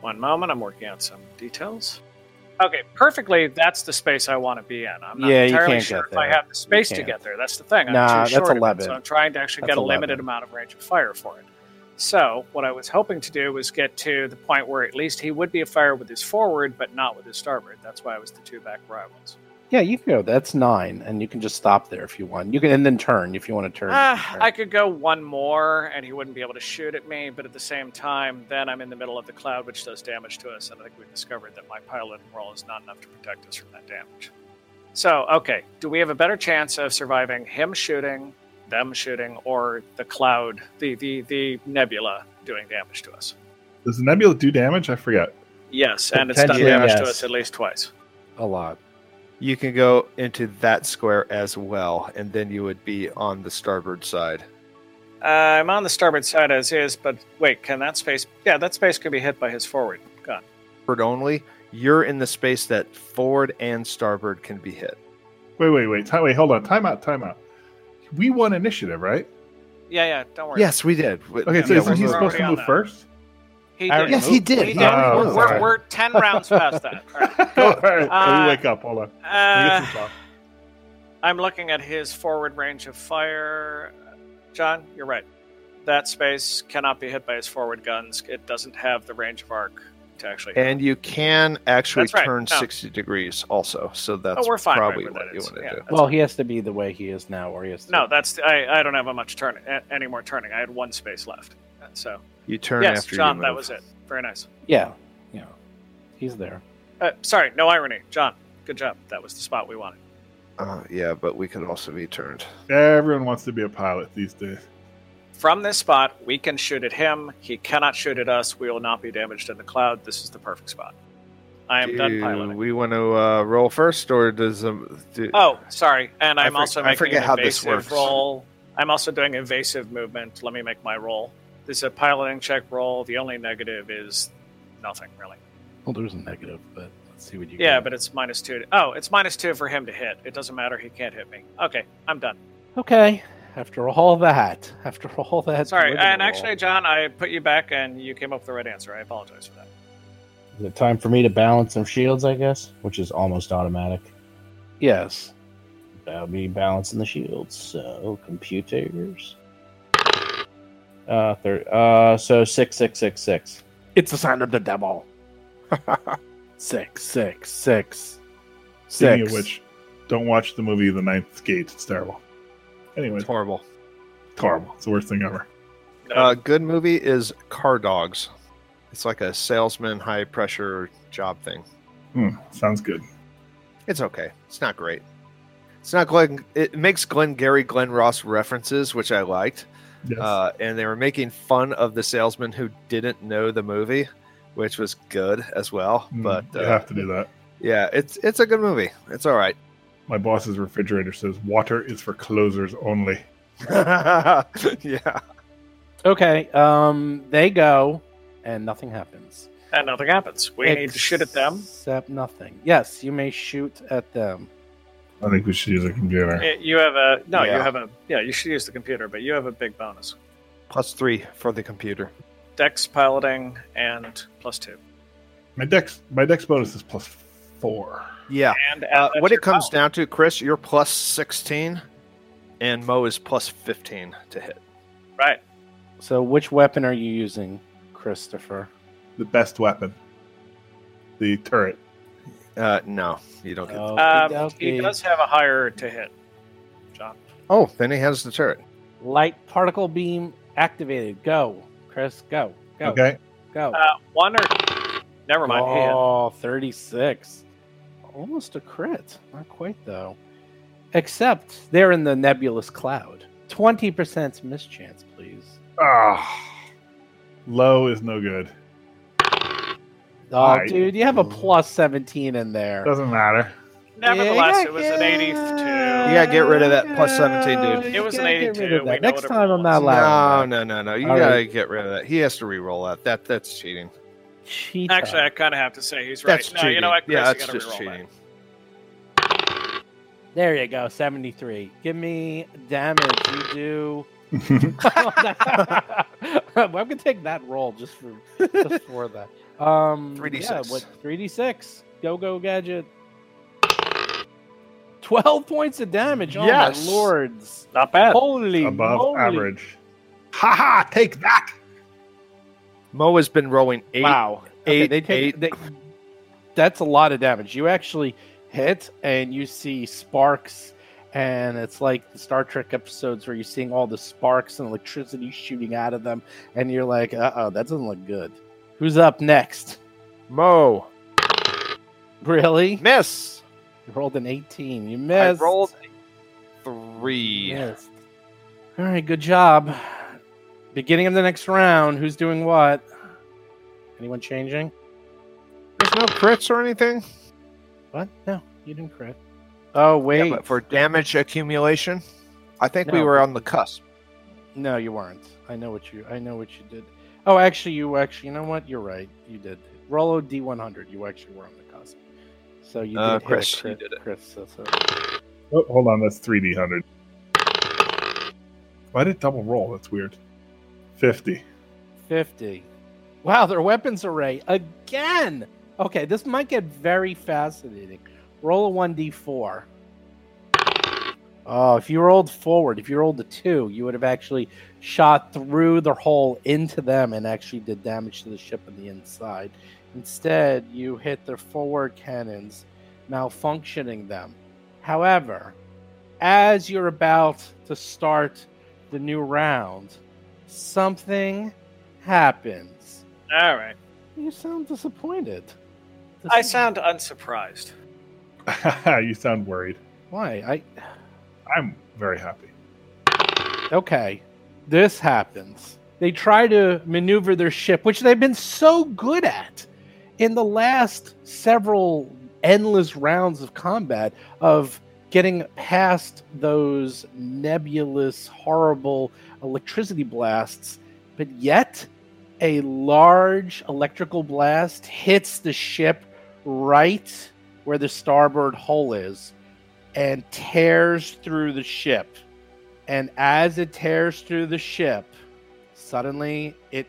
F: One moment, I'm working out some details. Okay, perfectly. That's the space I want to be in. I'm not
A: Yeah, you
F: entirely
A: can't
F: sure
A: get
F: if I
A: there.
F: have the space to
A: can't.
F: get there. That's the thing. I'm
A: Nah,
F: too
A: that's
F: short of it,
A: 11.
F: so I'm trying to actually
A: That's
F: get a limited
A: 11.
F: amount of range of fire for it. So what I was hoping to do was get to the point where at least he would be a fire with his forward, but not with his starboard. That's why I was the two back where I was.
A: Yeah, you can go. That's nine, and you can just stop there if you want. You can and then turn if you want to turn.
F: Ah, I could go one more, and he wouldn't be able to shoot at me. But at the same time, then I'm in the middle of the cloud, which does damage to us. And I think we discovered that my pilot roll is not enough to protect us from that damage. So, okay, do we have a better chance of surviving him shooting, them shooting, or the cloud, the the the nebula doing damage to us?
E: does the nebula do damage? I forget.
F: Yes, and it's done
D: Potentially,
F: damage to
D: yes.
F: us at least twice.
A: a lot.
B: you can go into that square as well, and then you would be on the starboard side.
F: Uh, I'm on the starboard side as is, but wait, can that space? Yeah, that space could be hit by his forward gun.
B: Starboard only. You're in the space that forward and starboard can be hit.
E: Wait, wait, wait. Time, wait, hold on. Time out. Time out. We won initiative, right?
F: Yeah, yeah, don't worry.
B: Yes, we did.
E: Okay, so
F: Yeah,
E: isn't he
F: we're
E: supposed
F: already
E: to
F: on
E: move
F: that.
E: first?
F: He
A: I
F: did.
A: already Yes, he moved.
B: did.
F: We
B: He
F: did.
E: moved.
F: we're,
E: Oh,
F: we're,
E: sorry.
F: we're 10 rounds past that. All right.
E: All right.
F: Uh,
E: wake up. Hold on. Let me get
F: Uh,
E: some thought.
F: I'm looking at his forward range of fire. John, you're right. That space cannot be hit by his forward guns. It doesn't have the range of arc to actually. hit.
B: And you can actually
F: That's right,
B: turn
F: no.
B: 60 degrees also. So that's
F: oh, we're fine. right
B: probably
F: where
B: what
F: that
B: you
F: is.
B: want to
F: Yeah,
B: do.
F: that's
A: Well,
F: fine.
A: he has to be the way he is now, or he has to.
F: no, that's I. I don't have a much turn a- any more turning. I had one space left. So
B: You turn
F: yes,
B: after
F: John,
B: you
F: that
B: move.
F: was it. Very nice.
A: yeah, yeah. He's there.
F: Uh, sorry, no irony, John. Good job. That was the spot we wanted.
B: Uh, yeah, but we could also be turned.
E: Everyone wants to be a pilot these days.
F: From this spot, we can shoot at him. He cannot shoot at us. We will not be damaged in the cloud. This is the perfect spot. I am done
B: Do
F: piloting.
B: We want to uh, roll first, or does um, do,
F: Oh, sorry. And
B: I
F: I'm
B: for-
F: also
B: I
F: making
B: forget
F: an
B: how this
F: evasive
B: works.
F: roll. I'm also doing evasive movement. Let me make my roll. This is a piloting check roll. The only negative is nothing, really.
A: Well, there's a negative, but let's see what you.
F: Yeah,
A: get.
F: but it's minus two. Oh, it's minus two for him to hit. It doesn't matter. He can't hit me. Okay, I'm done.
A: okay. After all that, after all that.
F: Sorry.
A: deliberate
F: And
A: roll-
F: actually, John, I put you back and you came up with the right answer. I apologize for that.
D: Is it time for me to balance some shields, I guess? Which is almost automatic.
A: yes.
D: That'll be balancing the shields. So computers. Uh, thir- uh so six six six six.
A: It's a sign of the devil. six, six, six,
E: Speaking
A: six.
E: of which, don't watch the movie The Ninth Gate. It's terrible. Anyways,
B: It's horrible.
E: horrible. It's the worst thing ever.
B: Uh, good movie is Car Dogs. It's like a salesman high pressure job thing.
E: Hmm, sounds good.
B: It's okay. It's not great. It's not Glenn. It makes Glenn Gary, Glenn Ross references, which I liked.
E: Yes.
B: Uh, and they were making fun of the salesman who didn't know the movie, which was good as well.
E: Mm,
B: But
E: you
B: uh,
E: have to do that.
B: yeah, it's it's a good movie. It's all right.
E: My boss's refrigerator says water is for closers only.
B: yeah.
A: Okay, um, they go, and nothing happens.
F: And nothing happens. We need to shoot at them.
A: Except nothing. Yes, you may shoot at them.
E: I think we should use a computer.
F: Eh, You have a no. You
B: Yeah.
F: have a yeah. You should use the computer, but you have a big bonus:
B: Plus three for the computer.
F: Dex piloting and plus two.
E: My dex my dex bonus is plus four.
B: Yeah.
F: And
B: Uh,
F: add that
B: what
F: to
B: it
F: your
B: comes
F: pile.
B: down to, Chris, you're plus 16, and Mo is plus 15 to hit.
F: right?
A: So, which weapon are you using, Christopher?
E: The best weapon. The turret.
B: Uh, no, you don't get.
A: Oh,
F: Um, he does have a higher to hit. John,
B: Oh, then he has the turret.
A: Light particle beam activated. Go, Chris. Go.
B: Oh.
A: Go.
E: Okay.
A: Go.
F: uh, one or never mind. he hit.
A: Oh, 36. Almost a crit. Not quite, though. Except they're in the nebulous cloud. 20% mischance, please.
E: Ah. Low is no good.
A: Oh,
E: Alright.
A: dude, you have a plus 17 in there.
E: Doesn't matter.
F: Nevertheless,
A: Yeah,
F: it was an
A: yeah.
F: eighty-two.
B: You gotta get rid of that plus 17, dude.
F: It was an
A: gotta get
F: 82.
A: rid of
F: We
A: that.
F: know
A: Next
F: what
A: time I'm
F: everyone
A: not
F: wants.
B: No,
A: allowing that.
B: no, no, no. You
A: All
B: gotta
A: right.
B: get rid of that. He has to re-roll that. That that's cheating.
A: Cheetah.
F: Actually, I kind of have to say he's right.
B: That's
F: no,
B: cheating.
F: you know what? Chris,
B: yeah,
F: you
B: that's
F: gotta
B: just
F: reroll
B: cheating.
A: There you go, 73. Give me damage. You do. I'm gonna take that roll just for just for that. Um,
B: 3D6.
A: Yeah, what? Three D six. Go go gadget. Twelve points of damage. Oh
B: Yes.
A: my lords!
F: that. Not bad.
A: Holy
E: Above
A: moly.
E: average. Ha ha! Take that.
B: Mo has been rolling eight.
A: Wow.
B: eight, eight.
A: They, that's a lot of damage. You actually hit and you see sparks, and it's like the Star Trek episodes where you're seeing all the sparks and electricity shooting out of them, and you're like, uh oh, that doesn't look good. Who's up next?
B: Mo
A: Really?
B: miss.
A: You rolled an 18. You missed.
B: I rolled a three.
A: Missed. All right, good job. Beginning of the next round, who's doing what? Anyone changing?
B: There's no crits or anything.
A: What? No, you didn't crit. Oh, wait.
B: Yeah, but for damage accumulation, I think we
A: No.
B: were on the cusp.
A: No, you weren't. I know what you. I know what you did. Oh, actually, you actually. You know what? You're right. You did. Rollo D100. You actually were on the cusp. So you did.
B: Uh,
A: hit a
B: Chris, you
A: crit,
B: did it.
A: Chris, so- so-
E: Oh, hold on, that's three D hundred. Why did it double roll? That's weird. Fifty.
A: Fifty. Wow, their weapons array again. Okay, this might get very fascinating. Roll a one D4. Oh, if you rolled forward, if you rolled a two, you would have actually shot through the hole into them and actually did damage to the ship on the inside. Instead, you hit their forward cannons, malfunctioning them. However, as you're about to start the new round, something happens.
F: All right.
A: You sound disappointed. This
F: I
A: is-
F: sound unsurprised.
E: you sound worried.
A: why I
E: I'm very happy.
A: okay. This happens. They try to maneuver their ship, which they've been so good at in the last several endless rounds of combat of getting past those nebulous, horrible electricity blasts, but yet a large electrical blast hits the ship right where the starboard hull is and tears through the ship. And as it tears through the ship, suddenly it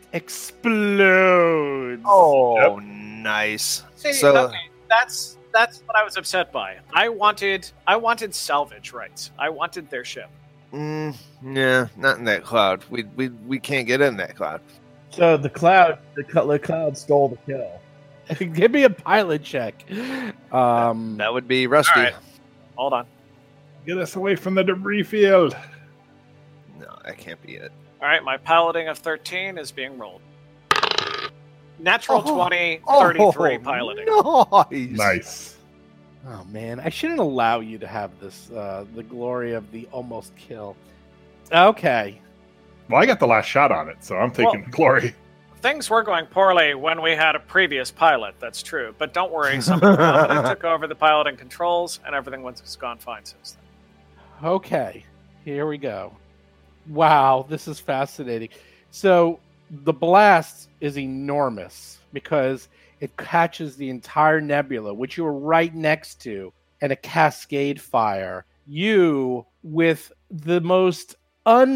A: explodes.
B: Oh, nice.
F: See,
B: So-
F: okay, that's that's what I was upset by. I wanted I wanted salvage rights. I wanted their ship.
B: Mm, yeah, not in that cloud. We we we can't get in that cloud.
G: So the cloud, the, cl- the cloud stole the kill.
A: Give me a pilot check. Um,
B: That would be rusty.
F: All right. Hold on.
E: Get us away from the debris field.
B: No, that can't be it.
F: All right, my piloting of 13 is being rolled. Natural
B: Oh.
F: 20,
B: Oh,
F: 33 piloting.
B: Nice.
E: Nice.
A: Oh man, I shouldn't allow you to have this uh, the glory of the almost kill. Okay.
E: Well, I got the last shot on it, so I'm taking
F: Well-
E: the glory.
F: Things were going poorly when we had a previous pilot, that's true. But don't worry, somebody competent took over the piloting controls, and everything went- has gone fine since then.
A: Okay. Here we go. Wow, this is fascinating. So the blast is enormous because it catches the entire nebula, which you were right next to, and a cascade fire. You, with the most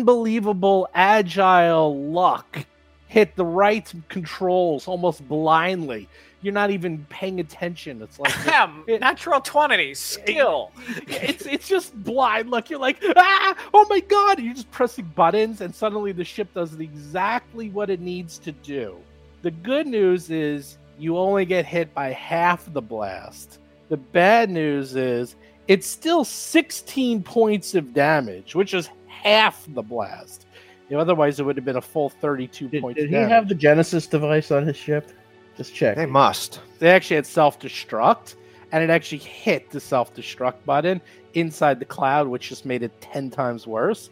A: unbelievable agile luck, hit the right controls almost blindly. You're not even paying attention. It's like this-
F: Ahem,
A: It-
F: natural 20, skill.
A: it's it's just blind luck. You're like, ah, oh my god! You're just pressing buttons, and suddenly the ship does exactly what it needs to do. The good news is you only get hit by half the blast. The bad news is it's still 16 points of damage, which is half the blast. You know, otherwise, it would have been a full 32
D: Did,
A: points.
D: did
A: of
D: he
A: damage.
D: have the Genesis device on his ship? Just check.
B: They must.
A: they actually had self destruct and it actually hit the self destruct button inside the cloud, which just made it 10 times worse.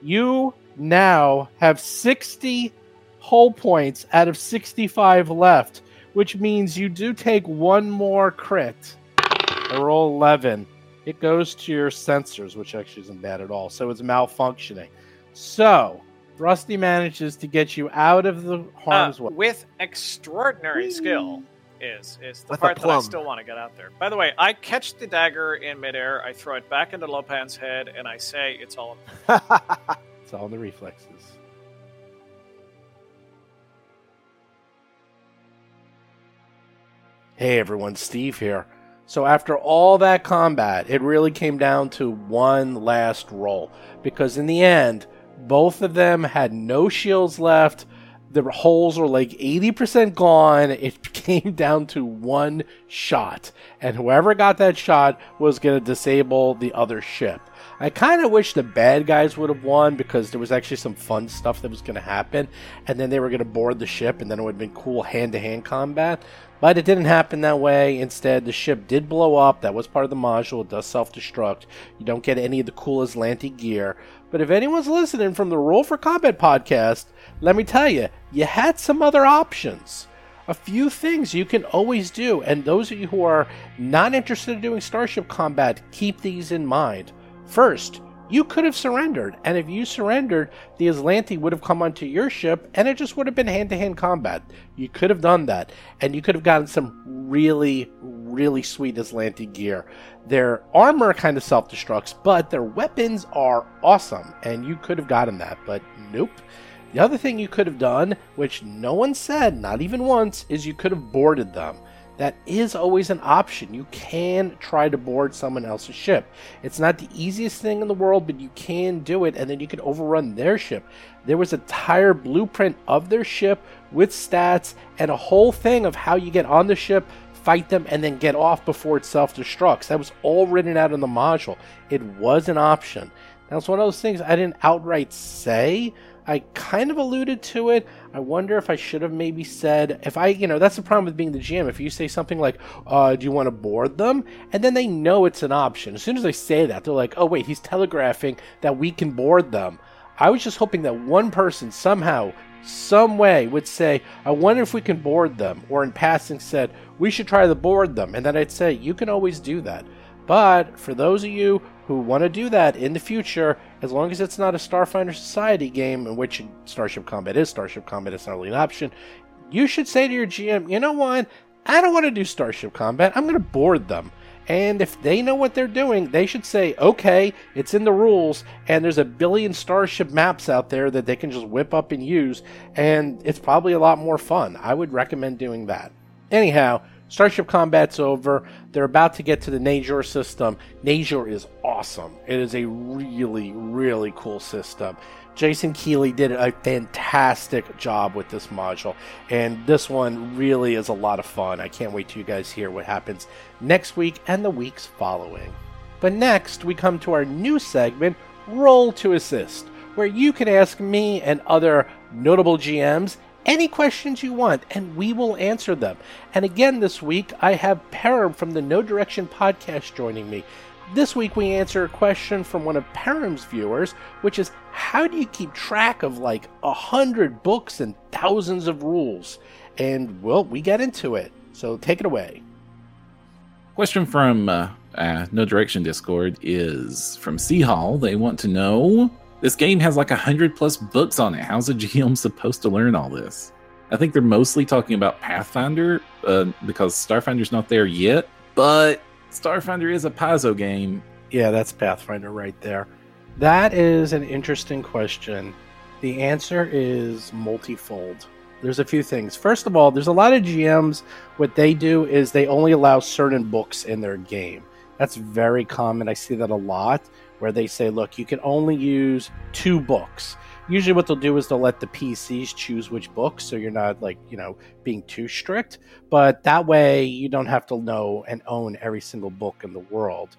A: You now have 60 hull points out of 65 left, which means you do take one more crit. I roll 11. It goes to your sensors, which actually isn't bad at all. So it's malfunctioning. So Rusty manages to get you out of the
F: Uh,
A: harm's way.
F: with extraordinary skill is is the
B: With a
F: part that I
B: plum.
F: still want to get out there. By the way, I catch the dagger in midair, I throw it back into Lopan's head, and I say it's all
A: It's all in the reflexes. Hey everyone, Steve here. So after all that combat, it really came down to one last roll because in the end, both of them had no shields left. The holes were like 80% gone. It came down to one shot, and whoever got that shot was going to disable the other ship. I kind of wish the bad guys would have won because there was actually some fun stuff that was going to happen, and then they were going to board the ship, and then it would have been cool hand to hand combat. But it didn't happen that way. Instead, the ship did blow up. That was part of the module. It does self destruct. You don't get any of the cool Aslanti gear. But if anyone's listening from the Roll for Combat podcast, let me tell you, you had some other options a few things you can always do. And those of you who are not interested in doing starship combat, keep these in mind. First, you could have surrendered, and if you surrendered, the Aslanti would have come onto your ship, and it just would have been hand to hand combat. You could have done that, and you could have gotten some really, really sweet Aslanti gear. Their armor kind of self destructs, but their weapons are awesome, and you could have gotten that, but nope. The other thing you could have done, which no one said, not even once, is you could have boarded them. That is always an option. You can try to board someone else's ship. It's not the easiest thing in the world, but you can do it, and then you can overrun their ship. There was a entire blueprint of their ship with stats and a whole thing of how you get on the ship, fight them, and then get off before it self destructs. That was all written out in the module. It was an option. That was one of those things I didn't outright say, I kind of alluded to it. I wonder if I should have maybe said if I, you know, that's the problem with being the GM. If you say something like, uh, "Do you want to board them?" and then they know it's an option. As soon as I say that, they're like, "Oh wait, he's telegraphing that we can board them." I was just hoping that one person somehow, some way, would say, "I wonder if we can board them," or in passing said, "We should try to board them," and then I'd say, "You can always do that." But for those of you who want to do that in the future, as long as it's not a Starfinder Society game, in which Starship Combat is Starship Combat, it's not really an option, you should say to your GM, you know what? I don't want to do Starship Combat. I'm going to board them. And if they know what they're doing, they should say, okay, it's in the rules, and there's a billion Starship maps out there that they can just whip up and use, and it's probably a lot more fun. I would recommend doing that. Anyhow, Starship Combat's over. They're about to get to the Najor system. Najor is awesome. It is a really, really cool system. Jason Keeley did a fantastic job with this module, and this one really is a lot of fun. I can't wait till you guys hear what happens next week and the weeks following. But next, we come to our new segment, Roll to Assist, where you can ask me and other notable GMs any questions you want, and we will answer them. And again, this week, I have Param from the No Direction podcast joining me. This week, we answer a question from one of Param's viewers, which is how do you keep track of like a hundred books and thousands of rules? And well, we get into it. So take it away.
H: Question from uh, uh, No Direction Discord is from Sea Hall. They want to know this game has like a hundred plus books on it. How's a GM supposed to learn all this? I think they're mostly talking about Pathfinder uh, because Starfinder's not there yet, but Starfinder is a Paizo game.
A: Yeah, that's Pathfinder right there. That is an interesting question. The answer is multifold. There's a few things. First of all, there's a lot of GMs. What they do is they only allow certain books in their game. That's very common. I see that a lot where they say, look, you can only use two books. Usually, what they'll do is they'll let the PCs choose which books, so you're not like, you know, being too strict. But that way, you don't have to know and own every single book in the world.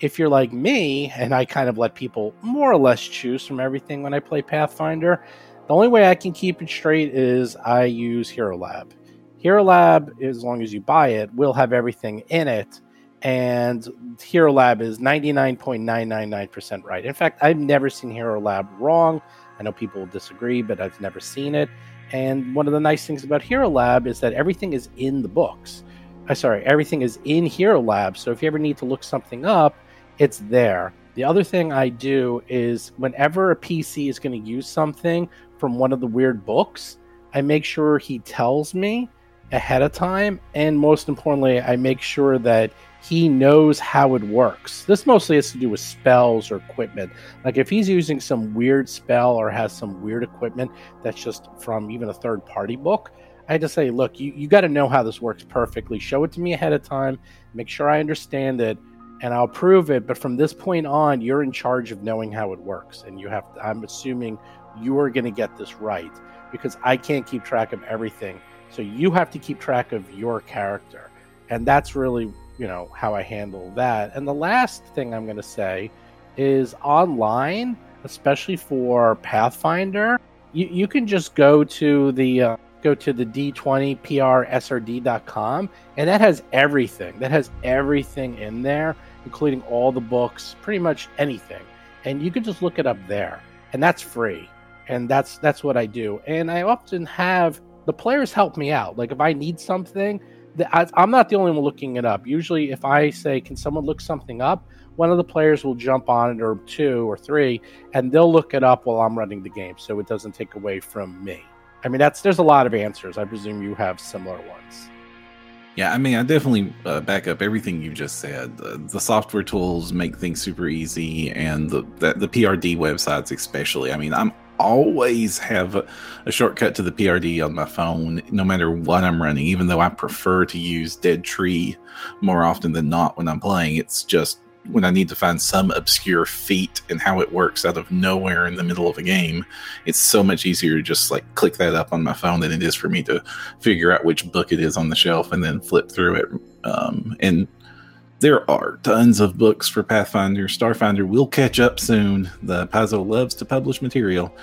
A: If you're like me, and I kind of let people more or less choose from everything when I play Pathfinder, the only way I can keep it straight is I use Hero Lab. Hero Lab, as long as you buy it, will have everything in it and Hero Lab is 99.999% right. In fact, I've never seen Hero Lab wrong. I know people will disagree, but I've never seen it. And one of the nice things about Hero Lab is that everything is in the books. I sorry, everything is in Hero Lab. So if you ever need to look something up, it's there. The other thing I do is whenever a PC is going to use something from one of the weird books, I make sure he tells me ahead of time and most importantly i make sure that he knows how it works this mostly has to do with spells or equipment like if he's using some weird spell or has some weird equipment that's just from even a third party book i just say look you, you got to know how this works perfectly show it to me ahead of time make sure i understand it and i'll prove it but from this point on you're in charge of knowing how it works and you have to, i'm assuming you are going to get this right because i can't keep track of everything so you have to keep track of your character. And that's really, you know, how I handle that. And the last thing I'm going to say is online, especially for Pathfinder, you, you can just go to the uh, go to the d20prsrd.com and that has everything. That has everything in there, including all the books, pretty much anything. And you can just look it up there. And that's free. And that's that's what I do. And I often have the players help me out. Like if I need something, the, I, I'm not the only one looking it up. Usually, if I say, "Can someone look something up?" one of the players will jump on it, or two, or three, and they'll look it up while I'm running the game, so it doesn't take away from me. I mean, that's there's a lot of answers. I presume you have similar ones.
H: Yeah, I mean, I definitely uh, back up everything you just said. The, the software tools make things super easy, and the, the the PRD websites especially. I mean, I'm always have a, a shortcut to the PRD on my phone, no matter what I'm running. Even though I prefer to use Dead Tree more often than not when I'm playing, it's just when I need to find some obscure feat and how it works out of nowhere in the middle of a game, it's so much easier to just like click that up on my phone than it is for me to figure out which book it is on the shelf and then flip through it. Um, and there are tons of books for Pathfinder. Starfinder will catch up soon. The Paizo loves to publish material.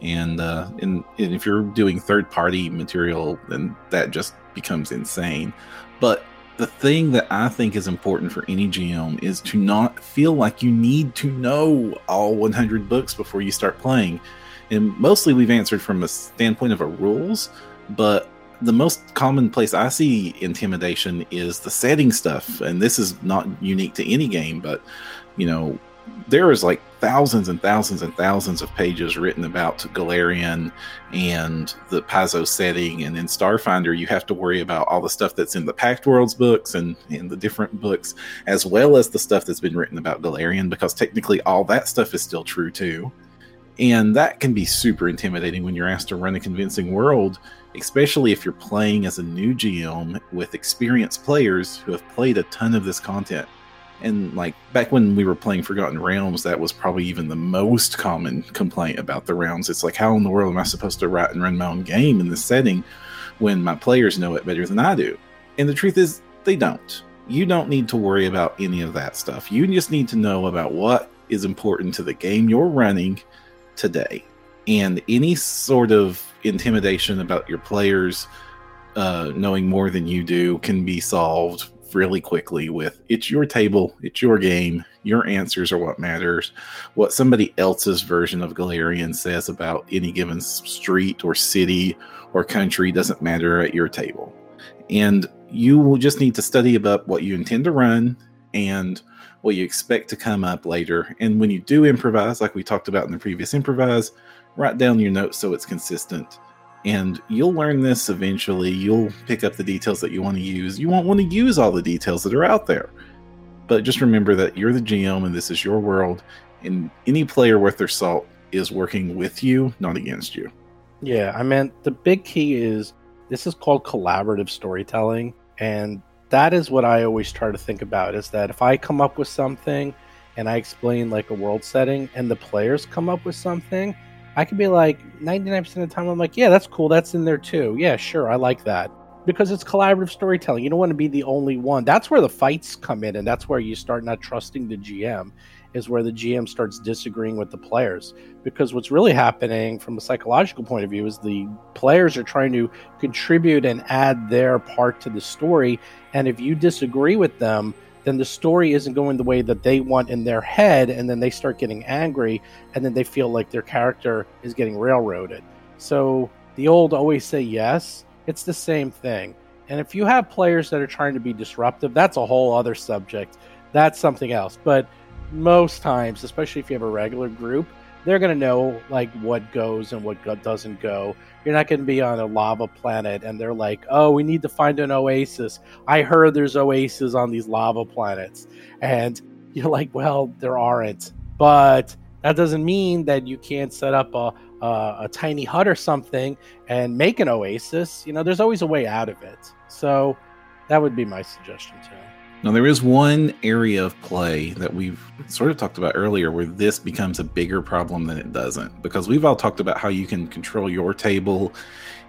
H: And, uh, and, and if you're doing third party material, then that just becomes insane. But the thing that I think is important for any GM is to not feel like you need to know all 100 books before you start playing. And mostly we've answered from a standpoint of our rules, but the most common place I see intimidation is the setting stuff. And this is not unique to any game, but you know, there is like thousands and thousands and thousands of pages written about Galarian and the Paizo setting. And in Starfinder, you have to worry about all the stuff that's in the Pact Worlds books and in the different books, as well as the stuff that's been written about Galarian, because technically all that stuff is still true too. And that can be super intimidating when you're asked to run a convincing world, especially if you're playing as a new GM with experienced players who have played a ton of this content and like back when we were playing forgotten realms that was probably even the most common complaint about the realms it's like how in the world am i supposed to write and run my own game in this setting when my players know it better than i do and the truth is they don't you don't need to worry about any of that stuff you just need to know about what is important to the game you're running today. And any sort of intimidation about your players uh, knowing more than you do can be solved really quickly with it's your table, it's your game, your answers are what matters. What somebody else's version of Galarian says about any given s- street or city or country doesn't matter at your table. And you will just need to study about what you intend to run and what you expect to come up later. And when you do improvise, like we talked about in the previous improvise, write down your notes so it's consistent. And you'll learn this eventually. You'll pick up the details that you want to use. You won't want to use all the details that are out there. But just remember that you're the GM and this is your world. And any player worth their salt is working with you, not against you.
A: Yeah, I mean, the big key is this is called collaborative storytelling. And that is what I always try to think about is that if I come up with something and I explain like a world setting and the players come up with something, I could be like 99% of the time, I'm like, yeah, that's cool. That's in there too. Yeah, sure. I like that. Because it's collaborative storytelling. You don't want to be the only one. That's where the fights come in. And that's where you start not trusting the GM, is where the GM starts disagreeing with the players because what's really happening from a psychological point of view is the players are trying to contribute and add their part to the story and if you disagree with them then the story isn't going the way that they want in their head and then they start getting angry and then they feel like their character is getting railroaded so the old always say yes it's the same thing and if you have players that are trying to be disruptive that's a whole other subject that's something else but most times especially if you have a regular group they're going to know like what goes and what go- doesn't go. You're not going to be on a lava planet and they're like, "Oh, we need to find an oasis." I heard there's oases on these lava planets. And you're like, "Well, there aren't." But that doesn't mean that you can't set up a a, a tiny hut or something and make an oasis. You know, there's always a way out of it. So that would be my suggestion too.
H: Now, there is one area of play that we've sort of talked about earlier where this becomes a bigger problem than it doesn't, because we've all talked about how you can control your table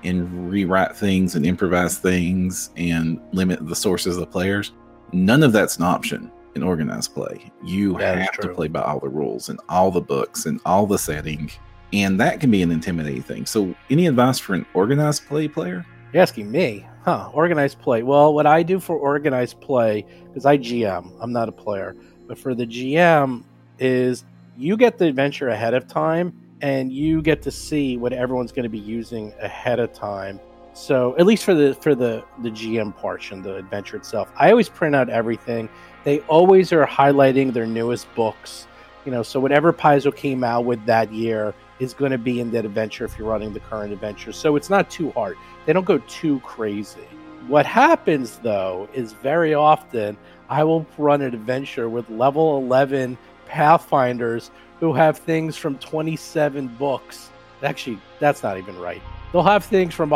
H: and rewrite things and improvise things and limit the sources of the players. None of that's an option in organized play. You
A: That is
H: have to
A: true.
H: play by all the rules and all the books and all the setting, and that can be an intimidating thing. So, any advice for an organized play player?
A: You're asking me, huh? Organized play. Well, what I do for organized play, because I GM, I'm not a player, but for the GM is you get the adventure ahead of time and you get to see what everyone's going to be using ahead of time. So at least for the for the the GM portion, the adventure itself, I always print out everything. They always are highlighting their newest books, you know. So whatever Paizo came out with that year is going to be in that adventure if you're running the current adventure. So it's not too hard they don't go too crazy. What happens though is very often I will run an adventure with level 11 Pathfinders who have things from 27 books. Actually, that's not even right. They'll have things from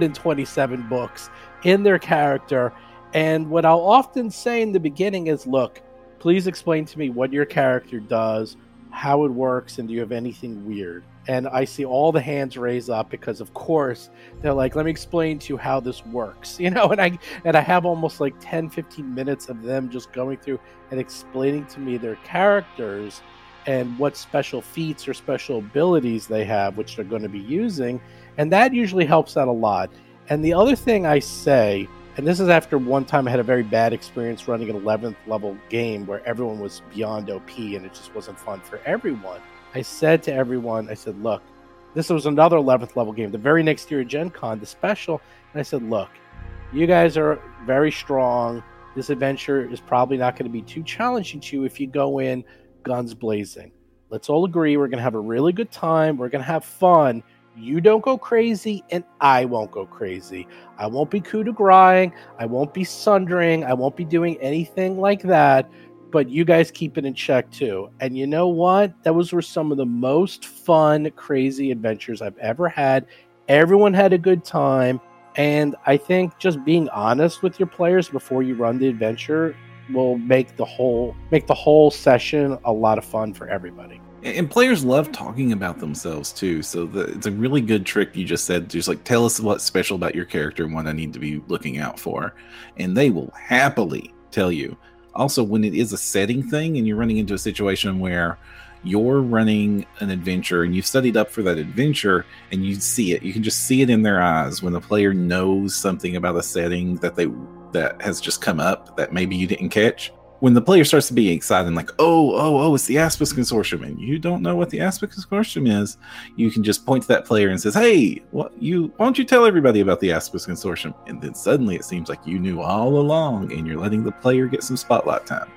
A: 127 books in their character. And what I'll often say in the beginning is look, please explain to me what your character does, how it works, and do you have anything weird? And I see all the hands raise up because, of course, they're like let me explain to you how this works you know and i and i have almost like 10 15 minutes of them just going through and explaining to me their characters and what special feats or special abilities they have which they're going to be using and that usually helps out a lot and the other thing i say and this is after one time i had a very bad experience running an 11th level game where everyone was beyond op and it just wasn't fun for everyone i said to everyone i said look this was another 11th level game the very next year at gen con the special and i said look you guys are very strong this adventure is probably not going to be too challenging to you if you go in guns blazing let's all agree we're going to have a really good time we're going to have fun you don't go crazy and i won't go crazy i won't be coup de grace i won't be sundering i won't be doing anything like that but you guys keep it in check too. And you know what? Those were some of the most fun, crazy adventures I've ever had. Everyone had a good time. And I think just being honest with your players before you run the adventure will make the whole make the whole session a lot of fun for everybody.
H: And- And players love talking about themselves too. So the, it's a really good trick you just said. Just like tell us what's special about your character and what I need to be looking out for. And they will happily tell you. Also, when it is a setting thing and you're running into a situation where you're running an adventure and you've studied up for that adventure and you see it you can just see it in their eyes when the player knows something about a setting that they that has just come up that maybe you didn't catch when the player starts to be excited and like oh oh oh it's the aspis consortium and you don't know what the aspis consortium is you can just point to that player and says hey what you why don't you tell everybody about the aspis consortium and then suddenly it seems like you knew all along and you're letting the player get some spotlight time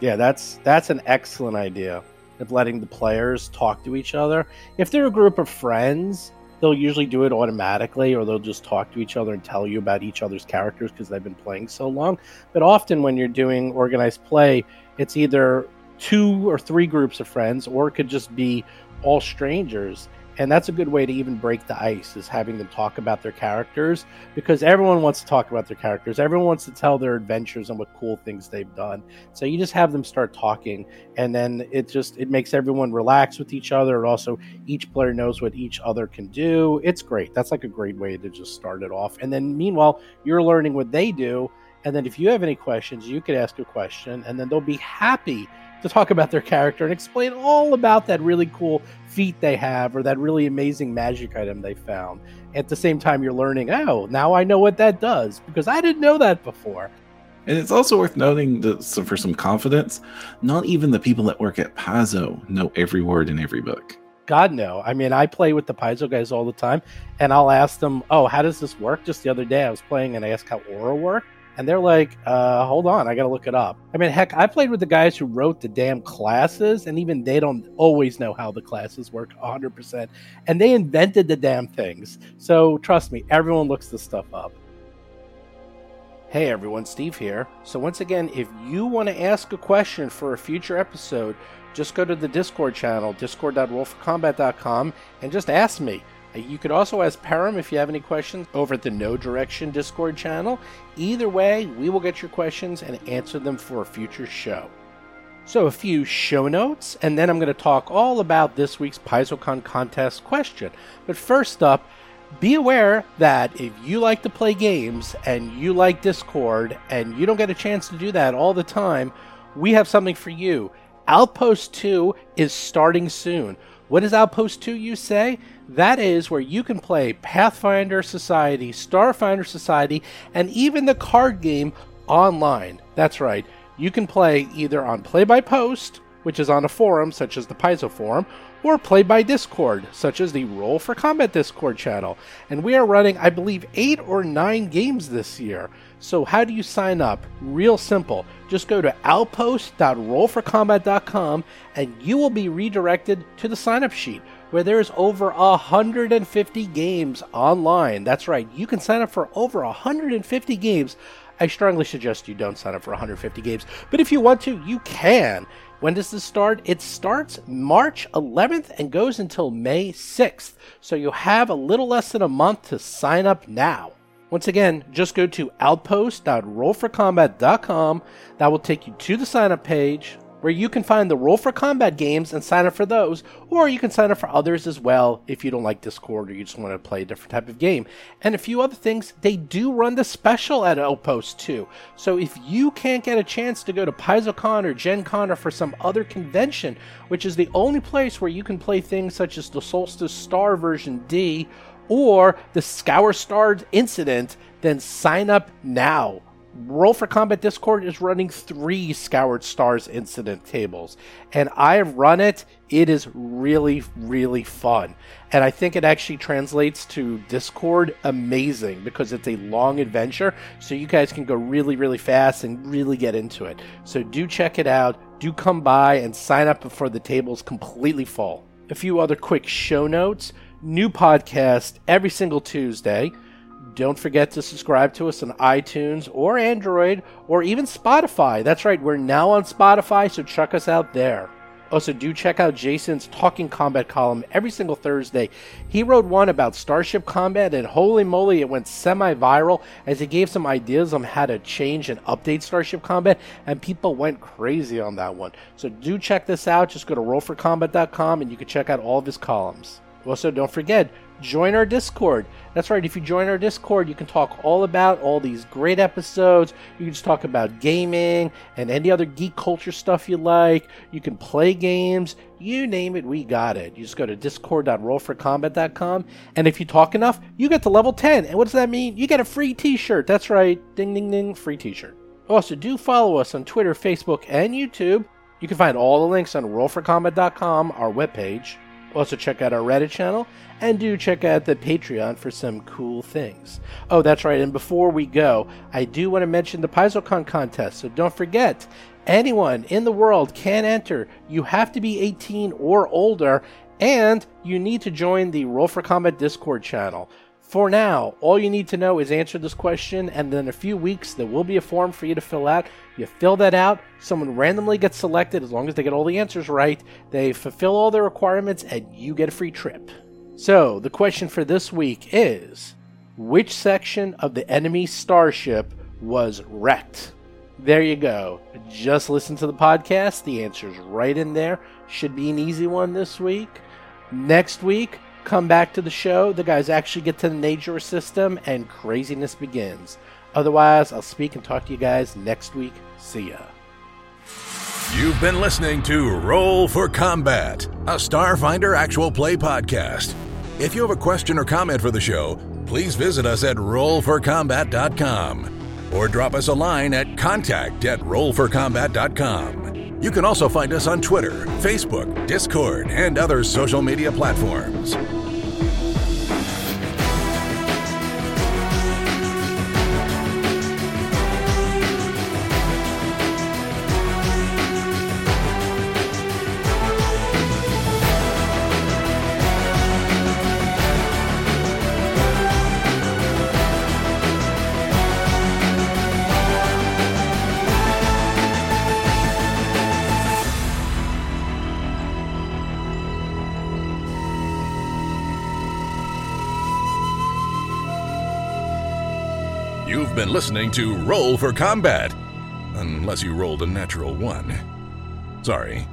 A: Yeah, that's that's an excellent idea of letting the players talk to each other. If they're a group of friends, they'll usually do it automatically or they'll just talk to each other and tell you about each other's characters because they've been playing so long. But often when you're doing organized play, it's either two or three groups of friends or it could just be all strangers. And that's a good way to even break the ice is having them talk about their characters because everyone wants to talk about their characters. Everyone wants to tell their adventures and what cool things they've done. So you just have them start talking, and then it just it makes everyone relax with each other. It also each player knows what each other can do. It's great. That's like a great way to just start it off. And then meanwhile, you're learning what they do. And then if you have any questions, you could ask a question, and then they'll be happy to talk about their character and explain all about that really cool feat they have or that really amazing magic item they found. At the same time, you're learning, oh, now I know what that does because I didn't know that before.
H: And it's also worth noting that so for some confidence, not even the people that work at Paizo know every word in every book.
A: God no. I mean, I play with the Paizo guys all the time, and I'll ask them, "Oh, how does this work?" Just the other day, I was playing and I asked how aura worked, and they're like, uh, "Hold on, I got to look it up." I mean, heck, I played with the guys who wrote the damn classes, and even they don't always know how the classes work 100. percent And they invented the damn things. So trust me, everyone looks this stuff up. Hey everyone, Steve here. So, once again, if you want to ask a question for a future episode, just go to the Discord channel, discord.rollforcombat.com, and just ask me. Uh, You could also ask Param if you have any questions over at the No Direction Discord channel. Either way, we will get your questions and answer them for a future show. So, a few show notes, and then I'm going to talk all about this week's PaizoCon contest question. But first up, be aware that if you like to play games and you like Discord and you don't get a chance to do that all the time, we have something for you. Outpost 2 is starting soon. What is Outpost 2, you say? That is where you can play Pathfinder Society, Starfinder Society, and even the card game online. That's right. You can play either on Play by Post, which is on a forum such as the Paizo forum, or play by Discord, such as the Roll for Combat Discord channel. And we are running, I believe, eight or nine games this year. So, how do you sign up? Real simple. Just go to outpost.rollforcombat.com and you will be redirected to the sign up sheet where there is over 150 games online. That's right, you can sign up for over 150 games. I strongly suggest you don't sign up for 150 games, but if you want to, you can. When does this start? It starts March 11th and goes until May 6th. So you have a little less than a month to sign up now. Once again, just go to outpost.rollforcombat.com. That will take you to the sign up page where you can find the Roll for Combat games and sign up for those, or you can sign up for others as well if you don't like Discord or you just want to play a different type of game. And a few other things, they do run the special at Outpost too. So if you can't get a chance to go to PaizoCon or Gen Con or for some other convention, which is the only place where you can play things such as the Solstice Star version D or the Scour Stars incident, then sign up now. Roll for Combat Discord is running three Scoured Stars incident tables, and I have run it. It is really, really fun. And I think it actually translates to Discord amazing because it's a long adventure, so you guys can go really, really fast and really get into it. So do check it out. Do come by and sign up before the tables completely full. A few other quick show notes new podcast every single Tuesday. Don't forget to subscribe to us on iTunes or Android or even Spotify. That's right, we're now on Spotify, so check us out there. Also, do check out Jason's Talking Combat column every single Thursday. He wrote one about Starship Combat, and holy moly, it went semi viral as he gave some ideas on how to change and update Starship Combat, and people went crazy on that one. So, do check this out. Just go to rollforcombat.com and you can check out all of his columns. Also, don't forget, join our Discord. That's right. If you join our Discord, you can talk all about all these great episodes. You can just talk about gaming and any other geek culture stuff you like. You can play games. You name it, we got it. You just go to discord.rollforcombat.com. And if you talk enough, you get to level 10. And what does that mean? You get a free t shirt. That's right. Ding, ding, ding. Free t shirt. Also, do follow us on Twitter, Facebook, and YouTube. You can find all the links on rollforcombat.com, our webpage. Also, check out our Reddit channel and do check out the Patreon for some cool things. Oh, that's right. And before we go, I do want to mention the PaizoCon contest. So don't forget, anyone in the world can enter. You have to be 18 or older, and you need to join the Roll for Combat Discord channel. For now, all you need to know is answer this question, and then in a few weeks, there will be a form for you to fill out. You fill that out, someone randomly gets selected, as long as they get all the answers right, they fulfill all their requirements, and you get a free trip. So, the question for this week is Which section of the enemy starship was wrecked? There you go. Just listen to the podcast. The answer's right in there. Should be an easy one this week. Next week, come back to the show. The guys actually get to the Nature system and craziness begins. Otherwise, I'll speak and talk to you guys next week. See ya.
C: You've been listening to Roll for Combat, a Starfinder actual play podcast. If you have a question or comment for the show, please visit us at rollforcombat.com or drop us a line at contact at rollforcombat.com. You can also find us on Twitter, Facebook, Discord, and other social media platforms. You've been listening to Roll for Combat, unless you rolled a natural one. Sorry.